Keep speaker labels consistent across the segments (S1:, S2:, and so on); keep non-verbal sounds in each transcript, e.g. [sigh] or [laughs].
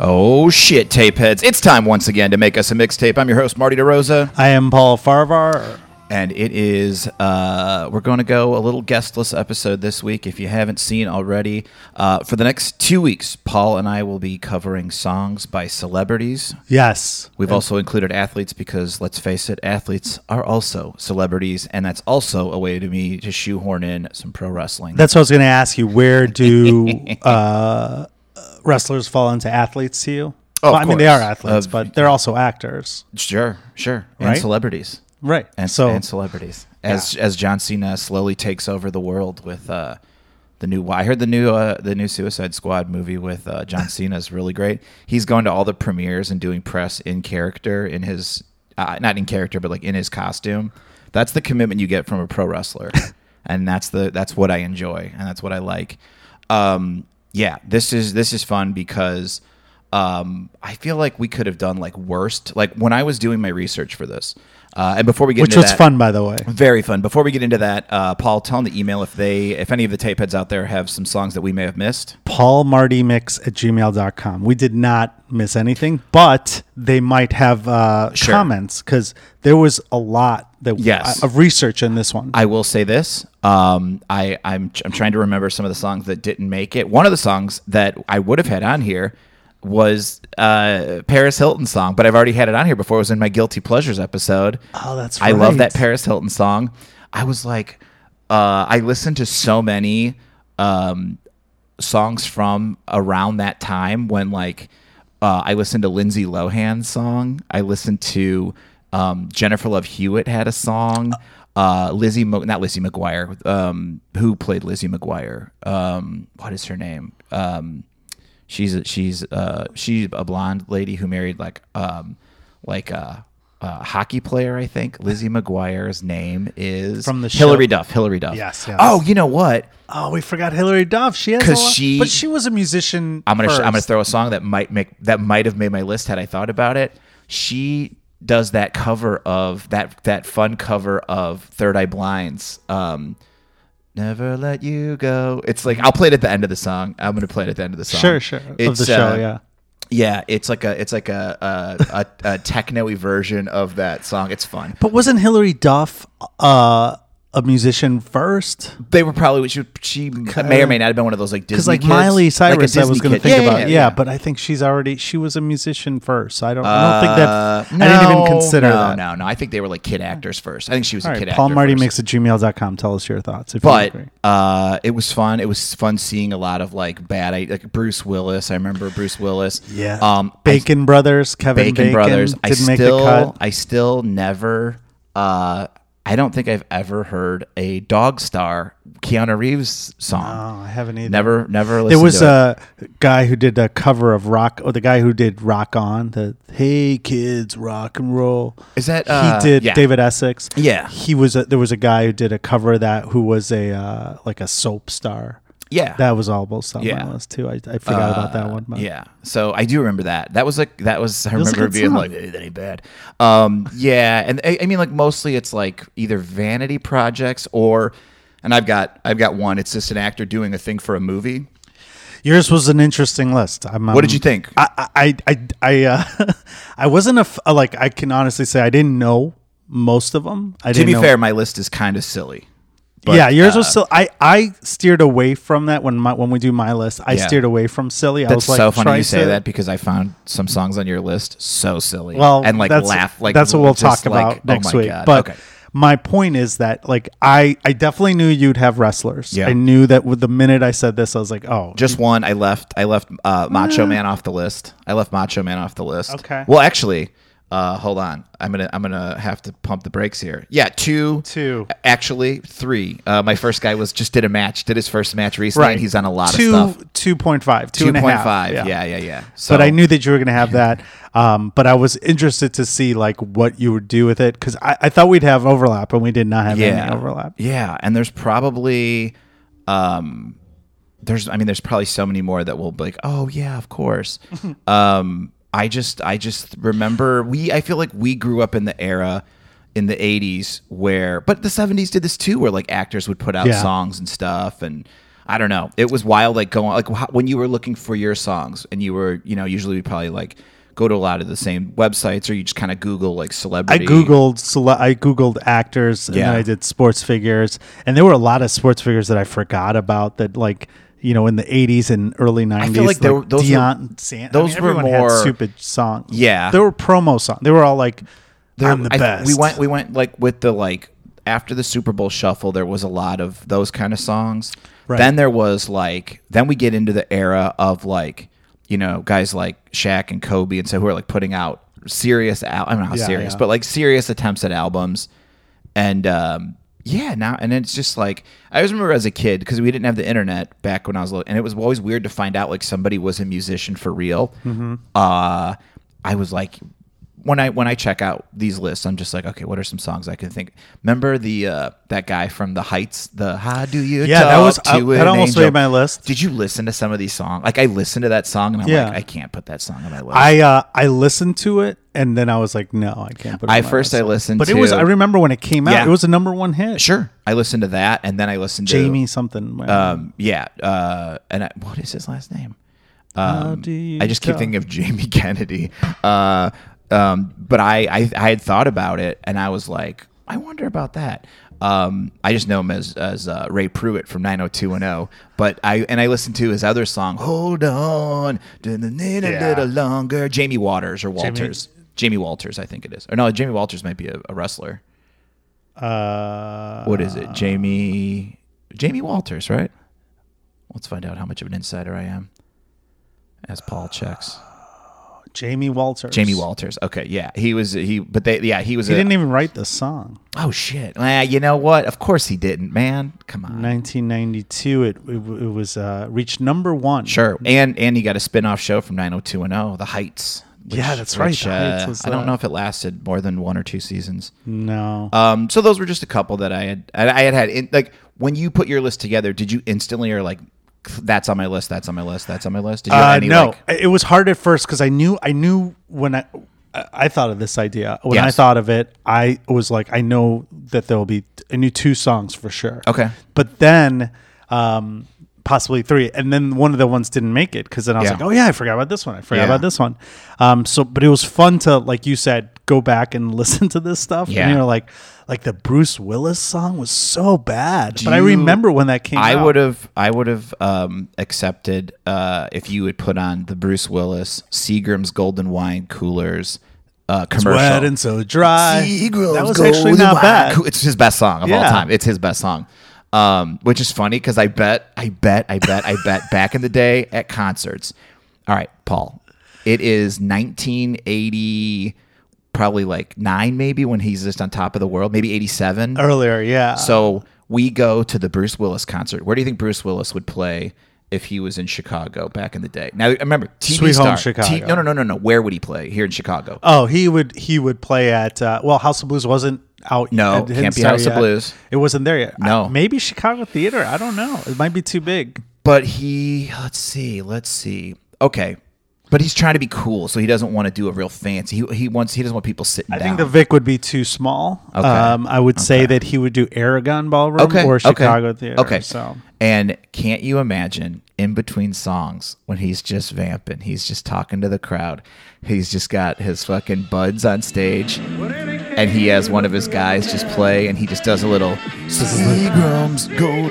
S1: Oh shit, tape heads. It's time once again to make us a mixtape. I'm your host, Marty DeRosa,
S2: I am Paul Farvar.
S1: and it is uh we're gonna go a little guestless episode this week if you haven't seen already. Uh for the next two weeks, Paul and I will be covering songs by celebrities.
S2: Yes.
S1: We've also included athletes because let's face it, athletes are also celebrities, and that's also a way to me to shoehorn in some pro wrestling.
S2: That's what I was going to ask you.
S1: [laughs]
S2: Where do uh, wrestlers fall into athletes to you?
S1: Oh,
S2: well,
S1: of
S2: I mean, they are
S1: course.
S2: athletes,
S1: Of-
S2: but they're also actors.
S1: sure, sure. And
S2: Right?
S1: celebrities.
S2: Right.
S1: and,
S2: so,
S1: and celebrities as as John Cena slowly takes over the world with uh, the new. I heard the new uh, the new Suicide Squad movie with uh, John Cena is really great. He's going to all the premieres and doing press in character in his uh, not in character but like in his costume. That's the commitment you get from a pro wrestler, and that's the that's what I enjoy and that's what I like. Um, yeah, this is this is fun because um, I feel like we could have done like worst. Like when I was doing my research for this, uh, and before we get
S2: which
S1: into
S2: was
S1: that-
S2: fun, by the way.
S1: very fun. Before we get into that, uh, Paul, tell them the email if they, if any of the tape heads out there have some songs that we may have missed.
S2: paulmartymix at gmail.com. We did not miss anything, but they might have uh,
S1: Sure.
S2: comments because there was a lot that uh,
S1: Yes.
S2: of research in this one.
S1: I will say this: um, I, I'm, I'm trying to remember some of the songs that didn't make it. One of the songs that I would have had on here was uh, Paris Hilton song, but I've already had it on here before. It was in my guilty pleasures episode.
S2: Oh, that's
S1: I love
S2: right.
S1: that Paris Hilton song. I was like, uh, I listened to so many um, songs from around that time when like uh, I listened to Lindsay Lohan's song. I listened to um, Jennifer Love Hewitt had a song. Uh, Lizzie, Mo- not Lizzie McGuire. Um, who played Lizzie McGuire? Um, what is her name? Um, she's a, she's uh, she's a blonde lady who married like um, like a, a hockey player, I think. Lizzie McGuire's name is
S2: From the show-
S1: Hillary Duff. Hillary Duff.
S2: Yes, yes.
S1: Oh, you know what?
S2: Oh, we forgot Hillary Duff. She has a
S1: 'Cause
S2: lot-
S1: she-
S2: but she was a musician.
S1: I'm gonna sh- I'm gonna
S2: first.
S1: throw a song that might make that might have made my list had I thought about it. She does that cover of that that fun cover of Third Eye Blind's um, "Never Let You Go." It's like I'll play it at the end of the song. I'm gonna play it at the end of the song.
S2: Sure, sure.
S1: It's,
S2: of the show,
S1: uh,
S2: yeah.
S1: yeah. It's like a it's like a a, a, a techno-y version of that song. It's fun.
S2: But wasn't Hillary Duff uh, a musician first?
S1: They were probably she she may or may not have been one of those like
S2: Because
S1: Disney
S2: like
S1: kids.
S2: Miley
S1: Like a
S2: Cyrus, I was
S1: Disney
S2: going to
S1: kid.
S2: think about. Yeah, but I think she's already she was a musician first. So I don't. I don't think
S1: Uh,
S2: that. I didn't
S1: no,
S2: even consider
S1: no,
S2: that.
S1: No, no, I think they were like kid actors first. I think she was
S2: All
S1: a kid
S2: right,
S1: actor.
S2: Paul Marty
S1: first.
S2: makes at gmail.com. Tell us your thoughts. If you
S1: But
S2: agree.
S1: uh, it was fun. It was fun seeing a lot of like bad, I- like Bruce Willis. I remember Bruce Willis.
S2: yeah,
S1: Um, I-
S2: Bacon Brothers, Kevin
S1: Bacon,
S2: Bacon,
S1: Brothers.
S2: didn't
S1: I
S2: make
S1: still,
S2: the cut.
S1: I still never. Uh, I don't think I've ever heard a Dog Star Keanu Reeves song.
S2: Oh, I haven't either.
S1: Never, never. Listened
S2: There was
S1: to it.
S2: a guy who did a cover of rock, or the guy who did "Rock On." The "Hey Kids, Rock and Roll."
S1: Is that, uh,
S2: he did
S1: yeah.
S2: David Essex?
S1: Yeah.
S2: he was. A, there was a guy who did a cover of that who was a uh, like a soap star.
S1: yeah.
S2: That was almost on
S1: Yeah. Uh,
S2: my list too. I, I forgot about that one. But
S1: Yeah. So I do remember that. That was like that was I
S2: was a
S1: remember
S2: good
S1: being
S2: song.
S1: like "Eh, that ain't bad. Um yeah, and I, I mean like mostly it's like either vanity projects or and I've got I've got one it's just an actor doing a thing for a movie.
S2: yours was an interesting list. I'm,
S1: What did
S2: um,
S1: you think?
S2: I I I I, uh, [laughs] I wasn't a f- like I can honestly say I didn't know most of them. I
S1: to
S2: didn't
S1: be
S2: know
S1: fair, my list is kind of silly. But,
S2: yeah, yours
S1: uh,
S2: was still. I I steered away from that when my when we do my list. I
S1: Yeah.
S2: steered away from silly. I
S1: That's
S2: was like,
S1: so funny
S2: try
S1: you say
S2: to-
S1: that because I found some songs on your list so silly.
S2: Well,
S1: and like
S2: that's,
S1: laugh like
S2: that's what we'll
S1: just
S2: talk
S1: like,
S2: about
S1: oh
S2: next
S1: my
S2: week.
S1: God.
S2: But
S1: okay.
S2: my point is that like I I definitely knew you'd have wrestlers.
S1: Yeah.
S2: I knew that with the minute I said this, I was like, oh,
S1: Just one. I left. I left uh, Macho Man off the list. I left Macho Man off the list.
S2: Okay.
S1: Well, actually, uh, hold on. I'm gonna I'm gonna have to pump the brakes here. Yeah, two,
S2: Two.
S1: Actually, three. Uh, my first guy was just did a match. Did his first match recently. and He's on a lot
S2: two,
S1: of stuff.
S2: Two point five. Two
S1: Two
S2: and a
S1: point
S2: half.
S1: five. Yeah, yeah, yeah. So
S2: but I knew that you were going to have that. Um, but I was interested to see like what you would do with it because I, I thought we'd have overlap and we did not have any overlap.
S1: Yeah, and there's probably um there's I mean there's probably so many more that will be like, "Oh yeah, of
S2: [laughs]
S1: course." um I just I just remember we I feel like we grew up in the era in the 80s where but the 70s did this too where like actors would put out
S2: Yeah.
S1: songs and stuff and I don't know. It was wild, like going like wh- when you were looking for your songs, and you were, you know, usually we probably like go to a lot of the same websites, or you just kind of Google like
S2: I
S1: celebrity.
S2: googled sele- I googled actors and then
S1: Yeah.
S2: I did sports figures and there were a lot of sports figures that I forgot about that like you know in the 80s and early 90s
S1: feel like they were- those were-
S2: Deion San-
S1: those
S2: I mean,
S1: were
S2: everyone had
S1: more-
S2: stupid songs
S1: Yeah.
S2: they were promo songs they were all like
S1: There-
S2: I'm the
S1: I-
S2: best
S1: We went, we went like with the like after the Super Bowl shuffle, there was a lot of those kind of songs.
S2: Right.
S1: Then there was like, then we get into the era of like, you know, guys like Shaq and Kobe and so who are like putting out serious, al- I don't know how
S2: Yeah,
S1: serious,
S2: yeah.
S1: but like serious attempts at albums. And, um, yeah, now and it's just like I always remember as a kid because we didn't have the internet back when I was little, and it was always weird to find out like somebody was a musician for real.
S2: Mm-hmm.
S1: Uh, I was like, when I when I check out these lists, I'm just like, okay, what are some songs I can think? Remember the uh, that guy from The Heights, the How Do You?
S2: Yeah, that
S1: Talk
S2: was-
S1: to
S2: I- that
S1: an
S2: almost
S1: Angel?
S2: made my list.
S1: Did you listen to some of these songs? Like I listened to that song and I'm
S2: Yeah.
S1: like, I can't put that song on my list.
S2: I uh, I listened to it and then I was like no I can't put it
S1: I
S2: on my
S1: first
S2: list.
S1: I listened,
S2: but
S1: to,
S2: it was I remember when it came out
S1: Yeah.
S2: it was a number 1 hit
S1: sure I listened to that and then I listened
S2: Jamie something
S1: to um yeah uh and I, what is his last name?
S2: How do you
S1: Um, I just keep
S2: talk?
S1: thinking of Jamie [laughs] Kennedy. Uh, um, but I, I I had thought about it, and I was like, I wonder about that. Um, I just know him as as uh, Ray Pruitt from 90210. oh, But I and I listened to his other song, Hold On, a little longer. Jamie Waters or Walters. Jamie Walters, I think it is. Or no, Jamie Walters might be a, a wrestler.
S2: uh
S1: What is it? Jamie Jamie Walters, right? Let's find out how much of an insider I am. As
S2: Uh,
S1: Paul checks.
S2: Jamie Walters
S1: Jamie Walters. Okay, yeah, he was he, but they, yeah, he was.
S2: he
S1: a,
S2: didn't e- even write the song
S1: oh shit! Ah, you know what? Of course he didn't, man. Come on.
S2: 1992 it, it, w- it was uh, reached number one
S1: Sure, and and he got a spin-off show from 90210, The Heights. which-
S2: Yeah, that's right,
S1: which,
S2: The Heights
S1: uh,
S2: was,
S1: I don't
S2: uh,
S1: know if it lasted more than one or two seasons.
S2: no
S1: Um, so those were just a couple that I had. I I had had in, like when you put your list together, did you instantly or like that's on my list, that's on my list, that's on my list? Did you
S2: uh,
S1: have any,
S2: no
S1: like-
S2: it was hard at first because i knew i knew when i I- I thought of this idea. When I
S1: Yes.
S2: thought of it, I was like, I know that there'll be, I knew two songs for sure.
S1: Okay.
S2: But then, um, possibly three. And then one of the ones didn't make it because then I was
S1: Yeah.
S2: like, oh yeah, I forgot about this one. I forgot
S1: Yeah.
S2: about this one. Um, so, but it was fun to, like you said, go back and [laughs] listen to this stuff.
S1: Yeah.
S2: And you're like, like the Bruce Willis song was so bad.
S1: Do
S2: but I
S1: you-
S2: remember when that came
S1: I
S2: out.
S1: would have I would have um, accepted uh, if you would put on the Bruce Willis Seagram's Golden Wine Coolers uh, commercial.
S2: Wet and so dry.
S1: Seagram's
S2: that was actually
S1: Golden
S2: not
S1: Wine
S2: bad.
S1: Coo- it's his best song of
S2: Yeah.
S1: all time. It's his best song. Um, which is funny because I bet, I bet, I bet, I
S2: [laughs]
S1: bet back in the day at concerts. All right, Paul. It is 1980, probably like nine, maybe when he's just on top of the world, maybe 87.
S2: Earlier, yeah.
S1: So we go to the Bruce Willis concert. Where do you think Bruce Willis would play if he was in Chicago back in the day? Now remember, TV
S2: Sweet
S1: star,
S2: Home Chicago.
S1: T- no, no, no, no, no. Where would he play here in Chicago?
S2: Oh, he would he would play at uh, well House of Blues wasn't out.
S1: No,
S2: it didn't
S1: can't be
S2: start
S1: House of
S2: yet.
S1: Blues.
S2: It wasn't there yet.
S1: No.
S2: I- maybe Chicago Theater. I don't know. It might be too big.
S1: But he, let's see, let's see. Okay, but he's trying to be cool, so he doesn't want to do a real fancy. He, he wants he doesn't want people sitting
S2: I
S1: down.
S2: think the Vic would be too small.
S1: Okay.
S2: Um, I would say that he would do Aragon Ballroom or Chicago Theater.
S1: Okay,
S2: So
S1: and can't you imagine in between songs when he's just vamping, he's just talking to the crowd, he's just got his fucking buds on stage, and he has one of his guys just play, and he just does a little Seagram's Gold.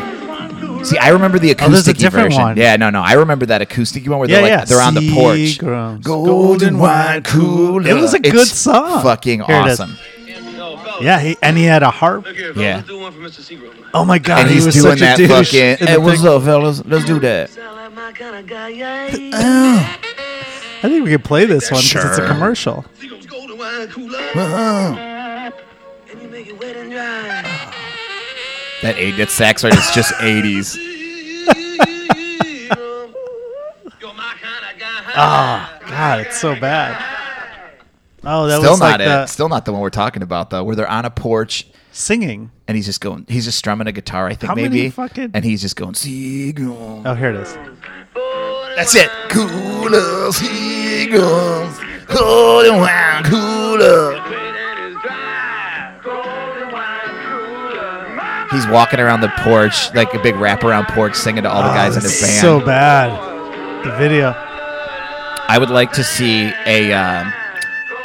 S1: See, I remember the acoustic
S2: Oh, there's a different
S1: version.
S2: one.
S1: Yeah, no, no, I remember that acoustic one where
S2: Yeah,
S1: they're like
S2: yeah.
S1: they're on the porch.
S2: Seagram's Golden Wine Cooler. It was a
S1: It's
S2: good song.
S1: Fucking
S2: Here it is.
S1: awesome.
S3: Yo, fellas,
S2: yeah, he and he had a harp.
S3: Look here, fellas,
S1: Yeah.
S3: let's do one for Mr. Seagram.
S2: Oh my god,
S1: And he's
S2: he was
S1: doing
S2: such
S1: that
S2: a douche in
S1: fucking.
S2: the
S1: Hey, what's
S2: thing.
S1: up, fellas? Let's do that.
S3: Sound like my kind of guy, yeah.
S2: I think we could play this one because it's a
S1: Sure.
S2: commercial.
S3: Seagram's golden wine cooler. And you make it wet and [laughs]
S1: That eight, that sax right is
S2: [laughs]
S1: just eighties.
S3: dry. You're my kind of guy.
S2: Oh god, it's so bad. Oh, that
S1: Ah. Still
S2: was
S1: not
S2: like
S1: it.
S2: the
S1: Still not the one we're talking about though. Where they're on a porch
S2: singing.
S1: and he's just going. He's just strumming a guitar. I think
S2: How many
S1: maybe.
S2: fucking-
S1: And he's just going. Seagulls.
S2: Oh, here it is.
S1: That's it. Cooler seagulls. Golden wine cooler.
S3: Golden wine cooler. Mama.
S1: He's walking around the porch, like a big wraparound porch, singing to all the guys
S2: Oh,
S1: in his
S2: it's
S1: band.
S2: So bad. The video.
S1: I would like to see a um,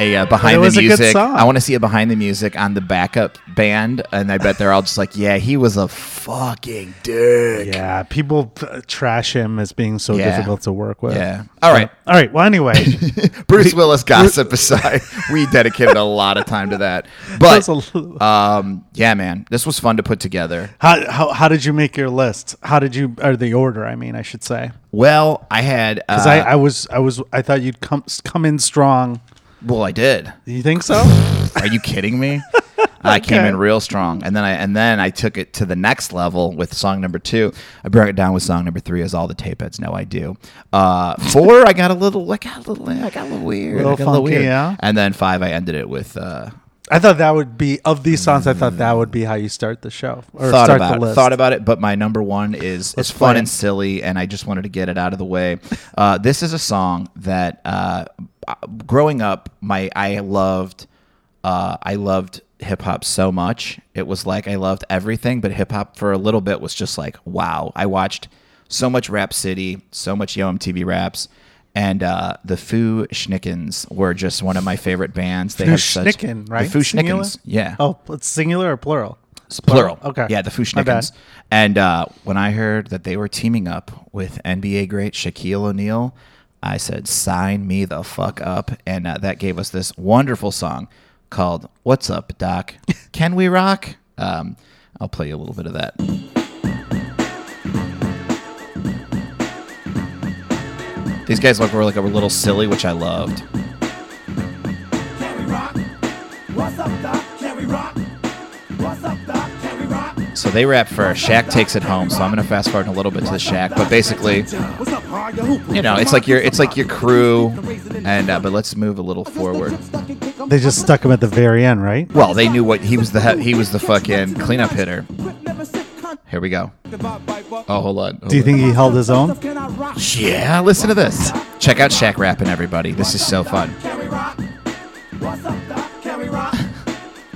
S1: a uh, behind
S2: was
S1: the
S2: a good
S1: music.
S2: song.
S1: I want to see a behind the music on the backup band, and I bet they're all just like, "Yeah, he was a fucking dick."
S2: Yeah, people uh, trash him as being so
S1: Yeah.
S2: difficult to work with.
S1: Yeah. All right.
S2: All right.
S1: [laughs]
S2: Well, anyway, [laughs]
S1: Bruce Willis gossip aside, we dedicated a lot of time to
S2: [laughs]
S1: that. But
S2: That's a l-
S1: um, yeah, man, this was fun to put together.
S2: how, how how did you make your list? How did you or the order? I mean, I should say.
S1: Well, I had uh,
S2: 'Cause I, I was I was I thought you'd come come in strong.
S1: well, I did.
S2: You
S1: [laughs]
S2: think so?
S1: Are you kidding me? I came
S2: Okay.
S1: in real strong, and then I and then I took it to the next level with song number two. I broke it down with song number three, as all the tape heads know I do. Uh, four, I got a little, I got a little, I got a little weird, I
S2: Little
S1: got a little
S2: funky,
S1: weird.
S2: yeah.
S1: And then five, I ended it with uh,
S2: I thought that would be of these songs. I thought that would be how you start the show or
S1: thought
S2: start
S1: about
S2: the list.
S1: It, thought about it, but my number one is it's
S2: play
S1: fun
S2: it.
S1: and silly, and I just wanted to get it out of the way. Uh, this is a song that uh, uh, growing up, my I loved. Uh, I loved hip hop so much. It was like I loved everything, but hip hop for a little bit was just like wow. I watched so much Rap City, so much Yo MTV Raps. And uh, the Foo Schnickens were just one of my favorite bands. They have such
S2: Fushnikin, right?
S1: The Foo
S2: Singular?
S1: Schnickens, yeah.
S2: Oh, it's singular or plural?
S1: It's plural.
S2: Okay.
S1: Yeah, the
S2: My bad.
S1: Fushnikins. And uh, when I heard that they were teaming up with NBA great Shaquille O'Neal, I said, "Sign me the fuck up!" And uh, that gave us this wonderful song called "What's Up,
S2: [laughs]
S1: Doc? Can We Rock?" Um, I'll play you a little bit of that. These guys look were like a little silly, which I loved.
S4: Can we rock? What's up, Doc? Can we rock? What's up, Doc? Can we rock?
S1: So they rap first. Shaq takes it home. So I'm gonna fast forward a little bit to the Shaq, but basically.
S4: What's up, hard your hoop?
S1: you know, it's like your it's like your crew, and uh, but let's move a little forward.
S2: They just stuck him at the very end, right?
S1: Well, they knew what he was the he, he was the fucking cleanup hitter. Here we go. Oh, hold on. hold
S2: Do you
S1: on.
S2: think he held his own?
S1: Yeah, listen to this. Check out Shaq rapping, everybody. This is so fun.
S4: Can we rock? What's up, Doc? Can we rock?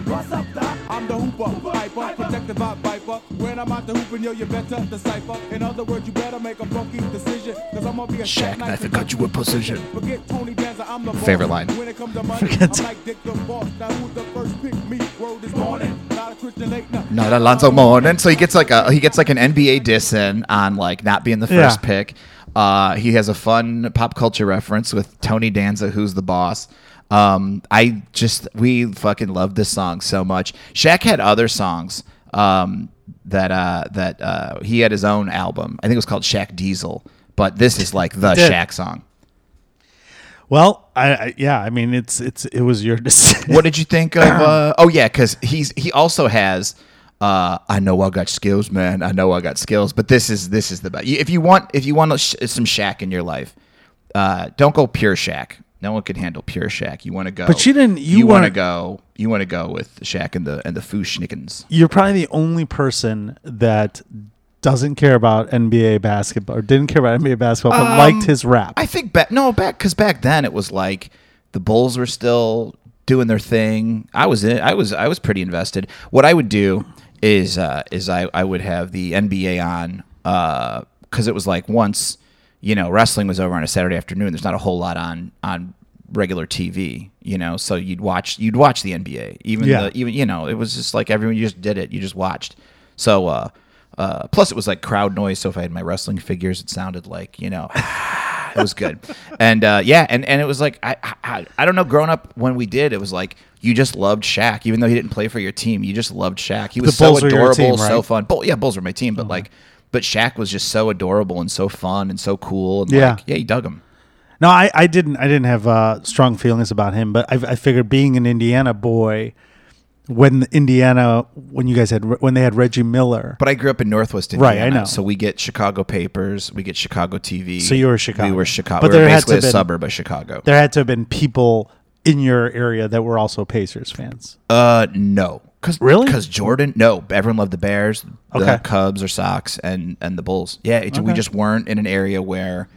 S4: What's up, Doc?
S5: I'm the hooper, piper, protected by viper. When I'm out the hooping, yo, you better decipher. In other words, you better make a funky decision. Cause I'm gonna be a
S1: Shaq
S5: Shaq
S1: knife and cut you with precision.
S5: Forget Tony Danza, I'm the boss.
S1: Favorite line.
S5: When it comes
S1: [laughs]
S5: to money, I'm like Dick the boss. Now who's the first pick me? Word this morning. Not a Christian late night.
S1: Not Alonzo Mourning. So he gets like a he gets like an NBA diss in on like not being the first
S2: Yeah.
S1: pick. Uh, he has a fun pop culture reference with Tony Danza, who's the boss. Um, I just we fucking love this song so much. Shaq had other songs um, that uh, that uh, he had his own album. I think it was called Shaq Diesel, but this is like the
S2: did.
S1: Shaq song.
S2: Well, I, I yeah, I mean, it's it's it was your [laughs]
S1: [laughs]
S2: decision.
S1: What did you think of? Uh, oh yeah, because he's he also has. Uh, I know I got skills, man. I know I got skills, but this is this is the best. If you want, if you want sh- some Shack in your life, uh, don't go pure Shack. No one can handle pure Shack. You want to go,
S2: But you didn't- you
S1: want to
S2: weren't-
S1: go. You want to go with Shack and the and the Fushnikins.
S2: You're probably the only person that doesn't care about NBA basketball or didn't care about NBA basketball, but liked his rap.
S1: Um, I think back no back because back then it was like the Bulls were still doing their thing. I was in, I was I was pretty invested. What I would do is uh, is I I would have the NBA on because it was like once you know wrestling was over on a Saturday afternoon. There's not a whole lot on on regular TV, you know. So you'd watch you'd watch the NBA even
S2: Yeah.
S1: the even you know it was just like everyone you just did it you just watched. So. uh uh, plus, it was like crowd noise. So if I had my wrestling figures, it sounded like you know, it was good and uh, yeah and, and it was like I, I I don't know growing up when we did it was like you just loved Shaq even though he didn't play for your team you just loved Shaq he was
S2: The Bulls
S1: so
S2: were your
S1: adorable
S2: team,
S1: so
S2: right? Uh-huh.
S1: fun Bull, yeah Bulls were my team but like but Shaq was just so adorable and so fun and so cool and
S2: Yeah.
S1: like yeah you dug him
S2: No, I, I didn't. I didn't have uh, strong feelings about him, but I, I figured being an Indiana boy, when Indiana, when you guys had when they had Reggie Miller,
S1: but I grew up in Northwest
S2: Right,
S1: Indiana
S2: I know.
S1: so we get Chicago papers we get Chicago TV
S2: So you were Chicago.
S1: we were Chicago
S2: But
S1: we were
S2: there had to
S1: basically a
S2: been-
S1: suburb of Chicago
S2: there had to have been people in your area that were also Pacers fans.
S1: Uh, no. Cause
S2: Really?
S1: Because Jordan, no, everyone loved the Bears, the
S2: Okay.
S1: Cubs or Sox, and and the Bulls. Yeah, it, we just weren't in an area where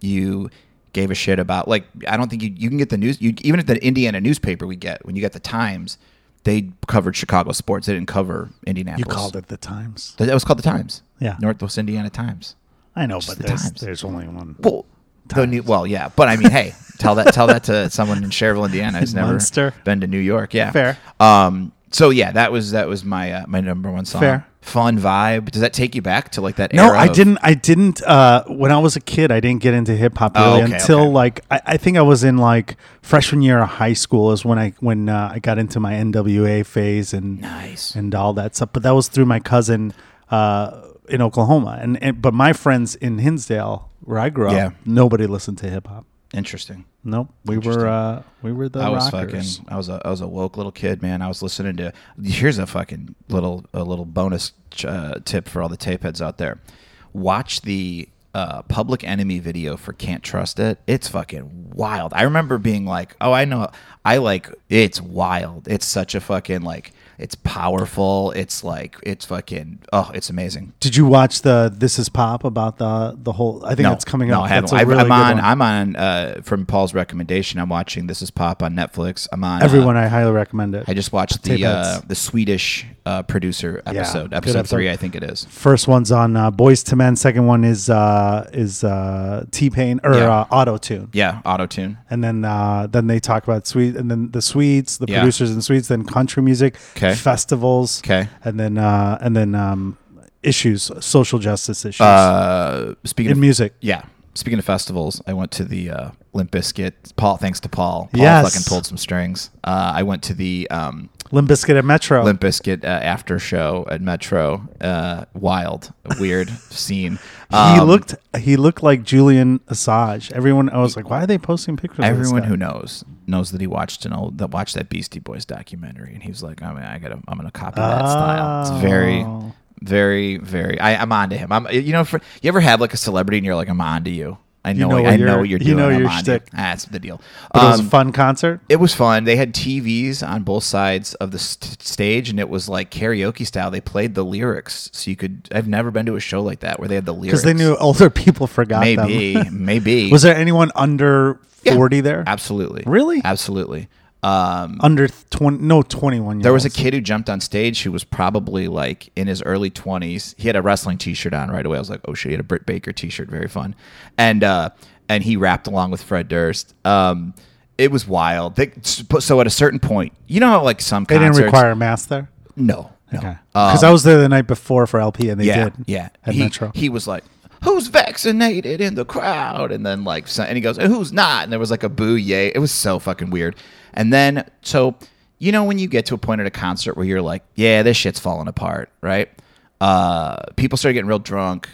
S1: you gave a shit about. Like, I don't think you you can get the news. You even at the Indiana newspaper we get when you get the Times, they covered Chicago sports. They didn't cover
S2: You
S1: Indianapolis.
S2: called it the Times.
S1: That was called the Times.
S2: Yeah.
S1: Northwest Indiana Times.
S2: I know,
S1: Just
S2: but
S1: the
S2: there's,
S1: Times.
S2: there's only one.
S1: Well, the new, well, yeah, but I mean, hey, tell that tell that
S2: [laughs]
S1: to someone in Sherville, Indiana who's
S2: In
S1: never
S2: Munster.
S1: been to New York. Yeah,
S2: Fair.
S1: Um, so yeah, that was that was my uh, my number one song.
S2: Fair.
S1: Fun vibe. Does that take you back to like that?
S2: No,
S1: era
S2: I
S1: of-
S2: didn't. I didn't. Uh, when I was a kid, I didn't get into hip hop
S1: Oh,
S2: really
S1: okay,
S2: until
S1: okay.
S2: like I, I think I was in like freshman year of high school is when I when uh, I got into my NWA phase and
S1: Nice.
S2: and all that stuff. But that was through my cousin uh, in Oklahoma, and, and but my friends in Hinsdale where I grew up,
S1: Yeah.
S2: nobody listened to hip hop.
S1: Interesting.
S2: Nope, we were
S1: Interesting.
S2: uh, we were the
S1: I was
S2: rockers.
S1: fucking. I was a I was a woke little kid, man. I was listening to. Here's a fucking little a little bonus uh, tip for all the tape heads out there. Watch the uh, Public Enemy video for "Can't Trust It." It's fucking wild. I remember being like, "Oh, I know." I like. It's wild. It's such a fucking like. It's powerful. It's like. It's fucking. Oh, it's amazing.
S2: Did you watch the This Is Pop about the the whole? I think
S1: No,
S2: it's coming
S1: no,
S2: up.
S1: I
S2: That's
S1: haven't.
S2: a
S1: I've-
S2: really
S1: I'm
S2: good
S1: on.
S2: one.
S1: I'm on. Uh, from Paul's recommendation, I'm watching This Is Pop on Netflix. I'm on. uh,
S2: Everyone, I highly recommend it.
S1: I just watched
S2: Tape
S1: the uh,
S2: heads.
S1: the Swedish uh, producer episode,
S2: good
S1: episode, three,
S2: episode.
S1: I think it is.
S2: First one's on uh, Boys to Men. Second one is uh, is uh, T Pain or
S1: Yeah.
S2: uh, Auto Tune.
S1: Yeah, auto tune.
S2: And then uh, then they talk about Swede and then the Swedes, the
S1: Yeah.
S2: producers in Swedes, then country music,
S1: 'Kay.
S2: festivals,
S1: 'Kay.
S2: and then uh, and then um, issues, social justice issues
S1: Uh, speaking
S2: in
S1: of
S2: music.
S1: yeah, speaking of festivals, I went to the uh, Limp Bizkit. Paul, thanks to Paul, Paul
S2: Yes.
S1: fucking pulled some strings. Uh, I went to the um,
S2: Limp Bizkit and Metro.
S1: Limp Bizkit uh, after show at Metro. Uh, wild, weird [laughs] scene.
S2: he
S1: Um,
S2: looked he looked like Julian Assange. Everyone, I was like, why are they posting pictures? of this
S1: Everyone
S2: guy?
S1: who knows knows that he watched an old that watched that Beastie Boys documentary, and he was like, "I mean, I gotta, I'm gonna copy that style." It's very,
S2: Oh.
S1: very, very. I, I'm onto him. I'm, you know, for, you ever have like a celebrity and you're like, "I'm onto you." I know,
S2: know
S1: what-
S2: what
S1: I
S2: you're-
S1: know what you're
S2: you
S1: doing.
S2: know
S1: I'm
S2: your
S1: onto
S2: shtick.
S1: you. That's the deal.
S2: But it was a
S1: Um,
S2: fun concert.
S1: it was fun. They had TVs on both sides of the st- stage, and it was like karaoke style. They played the lyrics, so you could. I've never been to a show like that where they had the lyrics.
S2: because they knew older [laughs] people forgot them.
S1: Maybe, maybe.
S2: [laughs] Was there anyone under
S1: Yeah. Um,
S2: forty there?
S1: Absolutely.
S2: Really?
S1: Absolutely. Um,
S2: Under twenty? No, twenty-one.
S1: There was a kid who jumped on stage who was probably like in his early 20s. He had a wrestling t-shirt on right away. I was like, "Oh shit, he had a Britt Baker t-shirt, very fun." And uh and he rapped along with Fred Durst. Um it was wild. They, so at a certain point, you know how like some
S2: They
S1: concerts
S2: didn't require a mask there.
S1: No. No.
S2: Okay.
S1: Um,
S2: Because I was there the night before for LP, and they
S1: yeah,
S2: did.
S1: Yeah.
S2: At
S1: he,
S2: Metro.
S1: He was like, Who's vaccinated in the crowd? And then like so- and he goes, And who's not? And there was like a boo yay. It was so fucking weird. And then so you know when you get to a point at a concert where you're like, Yeah, this shit's falling apart, right? Uh people start getting real drunk.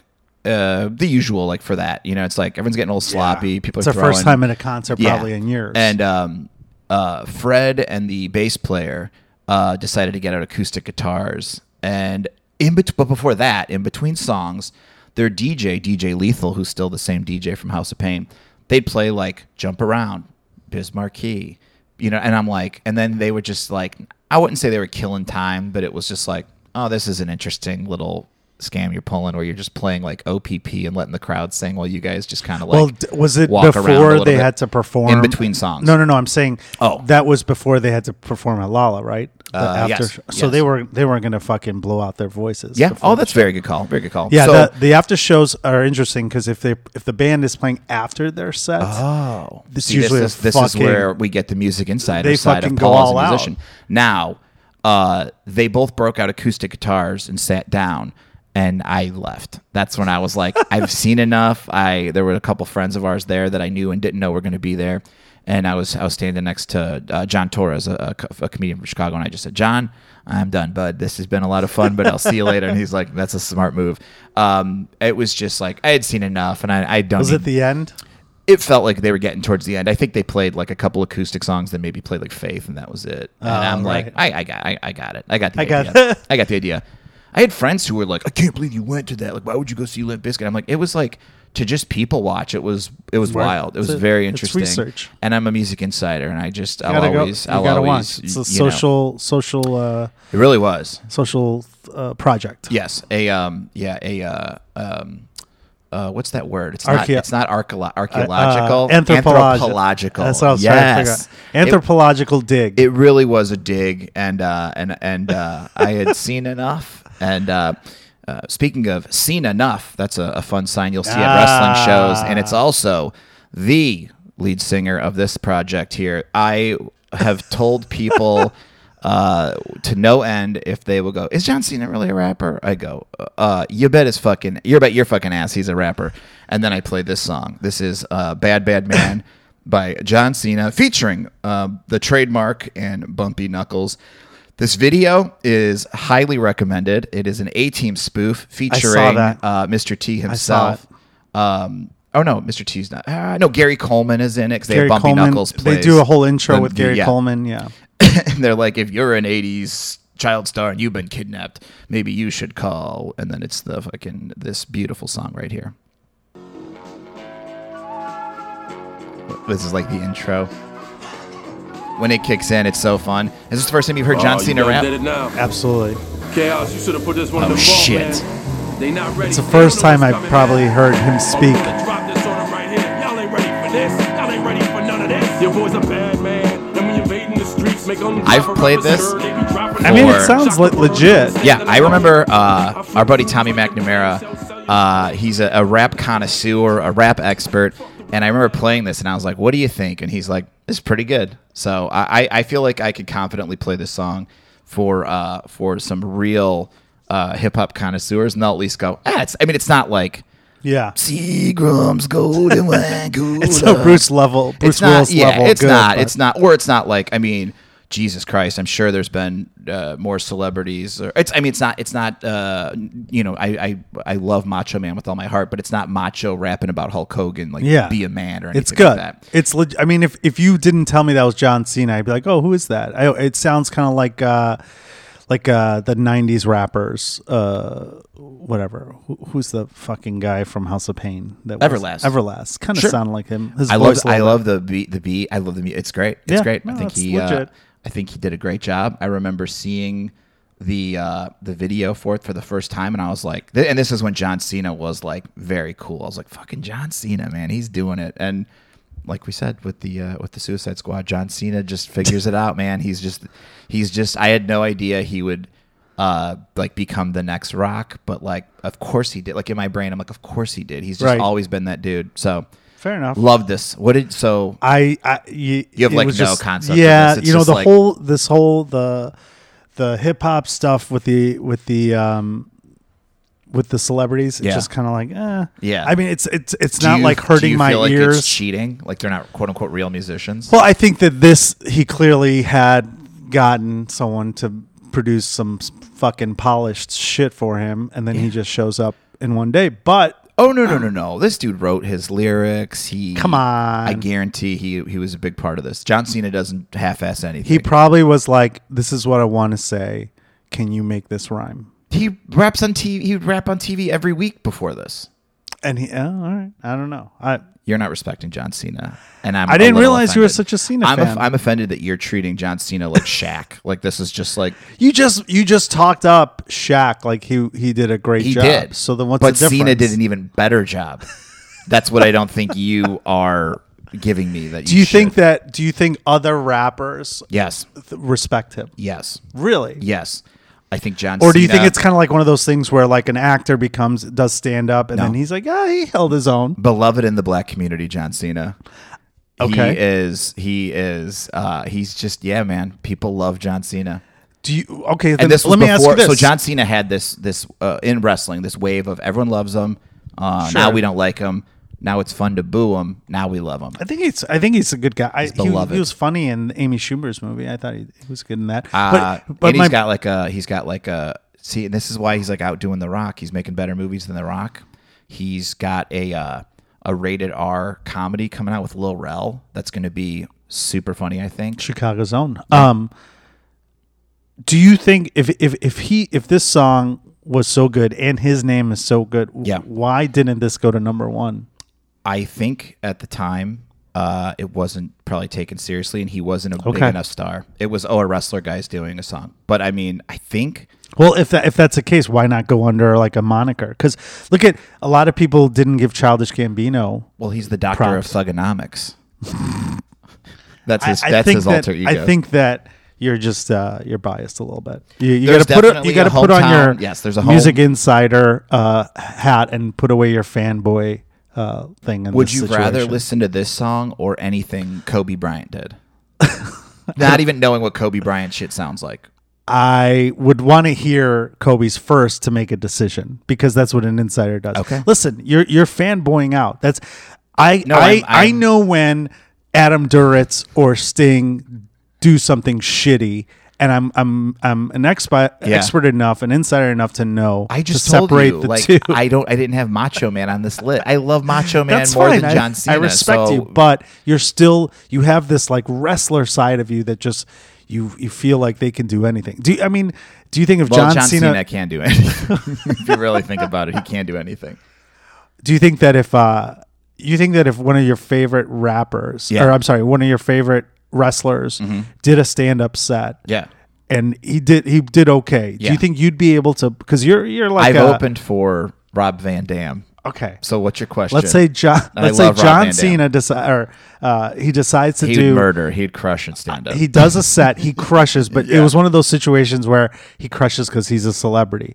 S1: Uh, the usual, like for that, you know, it's like everyone's getting a little sloppy. People
S2: it's
S1: are
S2: our first
S1: throwing-
S2: time at a concert probably in years.
S1: and um, uh, Fred and the bass player uh, decided to get out acoustic guitars. And in bet- but before that, in between songs, their DJ, DJ Lethal, who's still the same DJ from House of Pain, they'd play like "Jump Around," Biz Marquee, you know. And I'm like, and then they were just like, I wouldn't say they were killing time, but it was just like, oh, this is an interesting little scam you're pulling where you're just playing like OPP and letting the crowd sing while you guys just kind of like
S2: well, d- was it
S1: walk around a
S2: before
S1: little
S2: they
S1: bit
S2: had to perform
S1: in between songs?
S2: No, no, no. I'm saying
S1: Oh.
S2: that was before they had to perform at Lala, right? The
S1: Uh, yes,
S2: So
S1: yes.
S2: they were they weren't going to fucking blow out their voices.
S1: Yeah.
S2: before
S1: Oh,
S2: the
S1: that's very good call. Very good call.
S2: Yeah,
S1: So,
S2: the, the after shows are interesting because if they if the band is playing after their set,
S1: oh,
S2: This
S1: See,
S2: usually
S1: this,
S2: a
S1: is, this
S2: fucking-
S1: is where we get the music insider
S2: They
S1: side
S2: fucking
S1: of
S2: go
S1: Paul as
S2: all out.
S1: a musician. Now, uh, they both broke out acoustic guitars and sat down, and I left. That's when I was
S2: [laughs]
S1: like, I've seen enough. I there were a couple friends of ours there that I knew and didn't know were going to be there, and I was I was standing next to uh, John Torres, a, a co- a comedian from Chicago, and I just said, John, I'm done, bud. This has been a lot of fun, but I'll see you later. And he's like, That's a smart move. Um, it was just like I had seen enough, and I I don't.
S2: was
S1: need-
S2: it the end?
S1: it felt like they were getting towards the end. I think they played like a couple acoustic songs, then maybe played like Faith, and that was it. And I'm
S2: Oh,
S1: like,
S2: right.
S1: I, I got, I, I got it. I got the
S2: I got
S1: idea.
S2: it.
S1: I got the idea. I had friends who were like, I can't believe you went to that. Like, why would you go see Limp Bizkit? I'm like, it was like to just people watch. It was, it was
S2: Right.
S1: wild. It was
S2: It's a-
S1: very
S2: it's
S1: interesting.
S2: research.
S1: And I'm a music insider, and I just, I'll
S2: gotta
S1: always,
S2: go. You
S1: I'll
S2: gotta
S1: always,
S2: watch. It's
S1: y-
S2: a
S1: you know.
S2: social social uh,
S1: It really was.
S2: social uh, project.
S1: Yes, a um, yeah, a uh, um, uh, what's that word? It's
S2: Archae-
S1: not. It's not archeolo-
S2: Uh,
S1: archaeological.
S2: anthropologi-
S1: Anthropological.
S2: That's what I was
S1: yes.
S2: trying to figure out.
S1: It-
S2: Anthropological dig.
S1: it really was a dig and uh and and uh i had
S2: [laughs]
S1: seen enough and uh uh, speaking of seen enough, that's a, a fun sign you'll see at
S2: Ah.
S1: wrestling shows, and it's also the lead singer of this project here. I have told people uh, to no end if they will go, "Is John Cena really a rapper?" I go, uh, "You bet his fucking, you bet your fucking ass, he's a rapper." And then I play this song. This is uh, "Bad Bad Man." by John Cena, featuring uh, the trademark and Bumpy Knuckles. This video is highly recommended. It is an A Team spoof featuring
S2: that.
S1: uh, Mr. T
S2: saw
S1: himself. Um, oh no, Mr. T's not. Uh, no, Gary Coleman is in it because they have Bumpy Knuckles.
S2: they
S1: plays
S2: do a whole intro
S1: the-
S2: with Gary
S1: yeah.
S2: Coleman. Yeah.
S1: and [laughs] they're like, if you're an '80s child star and you've been kidnapped, maybe you should call. And then it's the fucking this beautiful song right here. This is like the intro. When it kicks in, it's so fun. Is this the first time you've heard John
S6: Oh, you
S1: Cena
S6: done
S1: rap?
S6: Did it now.
S2: Absolutely.
S6: Chaos, you should have put this one in
S1: Oh,
S6: the vault,
S1: shit.
S6: man. They not ready.
S2: It's the first time I probably heard him speak.
S6: Your boy's a bad man. And when invading the streets, make them
S1: I've played this
S6: I
S1: mean, it
S2: sounds le- legit.
S1: Yeah, I remember uh, our buddy Tommy McNamara. Uh, he's a, a rap connoisseur, a rap expert, and I remember playing this, and I was like, "What do you think?" And he's like, "It's pretty good." So I, I- I feel like I could confidently play this song for uh, for some real uh, hip hop connoisseurs, and they'll at least go, "Ah, it's." I mean, it's not like [laughs]
S2: Yeah. [laughs]
S1: Seagram's Golden Wagyu.
S2: It's a Bruce level. Bruce
S1: it's not,
S2: Willis
S1: yeah,
S2: level.
S1: it's
S2: good,
S1: not.
S2: but-
S1: It's not. Or it's not like. I mean, Jesus Christ! I'm sure there's been uh, more celebrities. Or it's. I mean, it's not. It's not. Uh, you know, I, I I love Macho Man with all my heart, but it's not Macho rapping about Hulk Hogan like
S2: Yeah.
S1: be a man or anything
S2: It's good.
S1: like that.
S2: It's. Leg- I mean, if if you didn't tell me that was John Cena, I'd be like, oh, who is that? I, it sounds kind of like. Uh, like uh, the '90s rappers, uh, whatever. Who, who's the fucking guy from House of Pain? That was-
S1: Everlast.
S2: Everlast, kind of
S1: Sure.
S2: sounded like him. His
S1: I love.
S2: voice a
S1: I
S2: little
S1: love the beat. The beat. I love the beat. It's great. It's
S2: Yeah.
S1: great.
S2: No,
S1: I think
S2: it's
S1: he. Uh,
S2: legit.
S1: I think he did a great job. I remember seeing the uh, the video for it for the first time, and I was like, th- and this is when John Cena was like very cool. I was like, fucking John Cena, man, he's doing it. And like we said with the uh, with the Suicide Squad, John Cena just figures it out, man. He's just he's just. I had no idea he would. Uh, like become the next rock, but like, of course he did. Like in my brain, I'm like, of course he did. He's just
S2: Right.
S1: always been that dude. So
S2: Fair enough.
S1: Love this. What did so?
S2: I, I you,
S1: You have,
S2: it
S1: like,
S2: was
S1: no
S2: just-
S1: concept of
S2: Yeah,
S1: this. It's
S2: you know
S1: just
S2: the
S1: like-
S2: whole this whole the the hip hop stuff with the with the um with the celebrities. It's
S1: Yeah.
S2: just kind of like, eh.
S1: Yeah.
S2: I mean, it's it's it's
S1: do
S2: not
S1: you-
S2: like
S1: do
S2: hurting
S1: you
S2: my
S1: feel like it's
S2: ears.
S1: cheating, like they're not quote unquote real musicians.
S2: well, I think that this he clearly had gotten someone to produce some s- fucking polished shit for him, and then he just shows up in one day. But
S1: oh no no no no! This dude wrote his lyrics. He
S2: um, Come on.
S1: I guarantee he he was a big part of this. John Cena doesn't half-ass anything.
S2: he probably was like, "This is what I want to say. Can you make this rhyme?"
S1: he raps on TV. He would rap on TV every week before this.
S2: And he, oh, all right, I don't know. I
S1: You're not respecting John Cena, and I'm.
S2: I
S1: a
S2: didn't
S1: little
S2: realize you were
S1: offended.
S2: such a Cena
S1: I'm,
S2: fan.
S1: I'm offended that you're treating John Cena like Shaq. like this is just like
S2: You just you just talked up Shaq like he he did a great
S1: He
S2: job.
S1: did.
S2: So then what's
S1: but
S2: the difference?
S1: Cena did an even better job. That's what I don't think you are giving me. That
S2: [laughs] Do you
S1: should.
S2: think that? Do you think other rappers
S1: Yes,
S2: th- respect him?
S1: yes,
S2: Really?
S1: yes. I think John.
S2: Or do you think
S1: Cena-
S2: it's kind of like one of those things where like an actor becomes does stand up and
S1: No.
S2: then he's like, ah, he held his own.
S1: beloved in the black community? John Cena.
S2: Okay.
S1: He is. He is. Uh, he's just. Yeah, man. People love John Cena.
S2: Do you? Okay, then
S1: And this was
S2: let me
S1: before.
S2: ask you this.
S1: So John Cena had this. This uh, in wrestling. This wave of everyone loves him. Uh, Now
S2: Sure.
S1: we don't like him. Now it's fun to boo him. Now we love him.
S2: I think it's. I think he's a good guy. I, he,
S1: beloved.
S2: he was funny in Amy Schumer's movie. I thought he, he was good in that.
S1: Uh,
S2: but but
S1: and
S2: my,
S1: he's got like a he's got like a see and this is why he's like out doing the rock he's making better movies than the rock he's got a uh, a rated r comedy coming out with lil rel that's going to be super funny i think
S2: Chicago's own. Um, do you think if if if he if this song was so good and his name is so good, w-
S1: Yeah.
S2: why didn't this go to number one?
S1: i think at the time uh, it wasn't probably taken seriously and he wasn't a big
S2: Okay.
S1: enough star it was oh a wrestler guy's doing a song but i mean i think
S2: Well, if that if that's the case, why not go under like a moniker? Because look at a lot of people didn't give Childish Gambino.
S1: Well, he's the doctor
S2: Props.
S1: of thugonomics. [laughs] that's his.
S2: I, I
S1: that's
S2: think
S1: his
S2: that,
S1: alter ego.
S2: I think that you're just uh, you're biased a little bit. You, you
S1: There's
S2: got to put on-
S1: definitely
S2: you got to
S1: a
S2: put on
S1: hometown-
S2: your
S1: yes, there's a
S2: music
S1: home-
S2: insider uh, hat and put away your fanboy uh, thing. In
S1: Would
S2: this
S1: you rather
S2: situation.
S1: listen to this song or anything Kobe Bryant
S2: [laughs]
S1: did? Not even knowing what Kobe Bryant shit sounds like.
S2: I would want to hear Kobe's first to make a decision because that's what an insider does.
S1: Okay.
S2: Listen, you're you're fanboying out. That's I
S1: No,
S2: I
S1: I'm-
S2: I
S1: I'm-
S2: know when Adam Duritz or Sting do something shitty and I'm I'm I'm an expert
S1: Yeah.
S2: expert enough, an insider enough to know
S1: I just
S2: to
S1: told
S2: separate
S1: you,
S2: the
S1: like
S2: two.
S1: I don't, I didn't have Macho Man on this list. I love Macho Man
S2: That's
S1: more
S2: fine.
S1: than
S2: I-
S1: John Cena.
S2: I respect
S1: so-
S2: you, but you're still you have this like wrestler side of you that just you you feel like they can do anything. Do you, I mean? Do you think if
S1: well, John,
S2: Cena
S1: Cena, can't do
S2: [laughs]
S1: anything. if you really think about it, he can't do anything.
S2: Do you think that if uh, you think that if one of your favorite rappers,
S1: Yeah. Mm-hmm.
S2: or I'm sorry, one of your favorite wrestlers did a stand up set,
S1: Yeah,
S2: and he did he did okay. Do
S1: Yeah.
S2: you think you'd be able to? Because you're you're like uh,
S1: I've
S2: a-
S1: opened for Rob Van Dam.
S2: Okay,
S1: So what's your question?
S2: let's say John.
S1: I
S2: Let's say
S1: love Rob Van
S2: John
S1: Dam.
S2: Cena deci- or uh, he decides to
S1: he'd
S2: do
S1: murder, he'd crush and stand up.
S2: He does a set, he
S1: [laughs]
S2: crushes, but it was one of those situations where he crushes because he's a celebrity.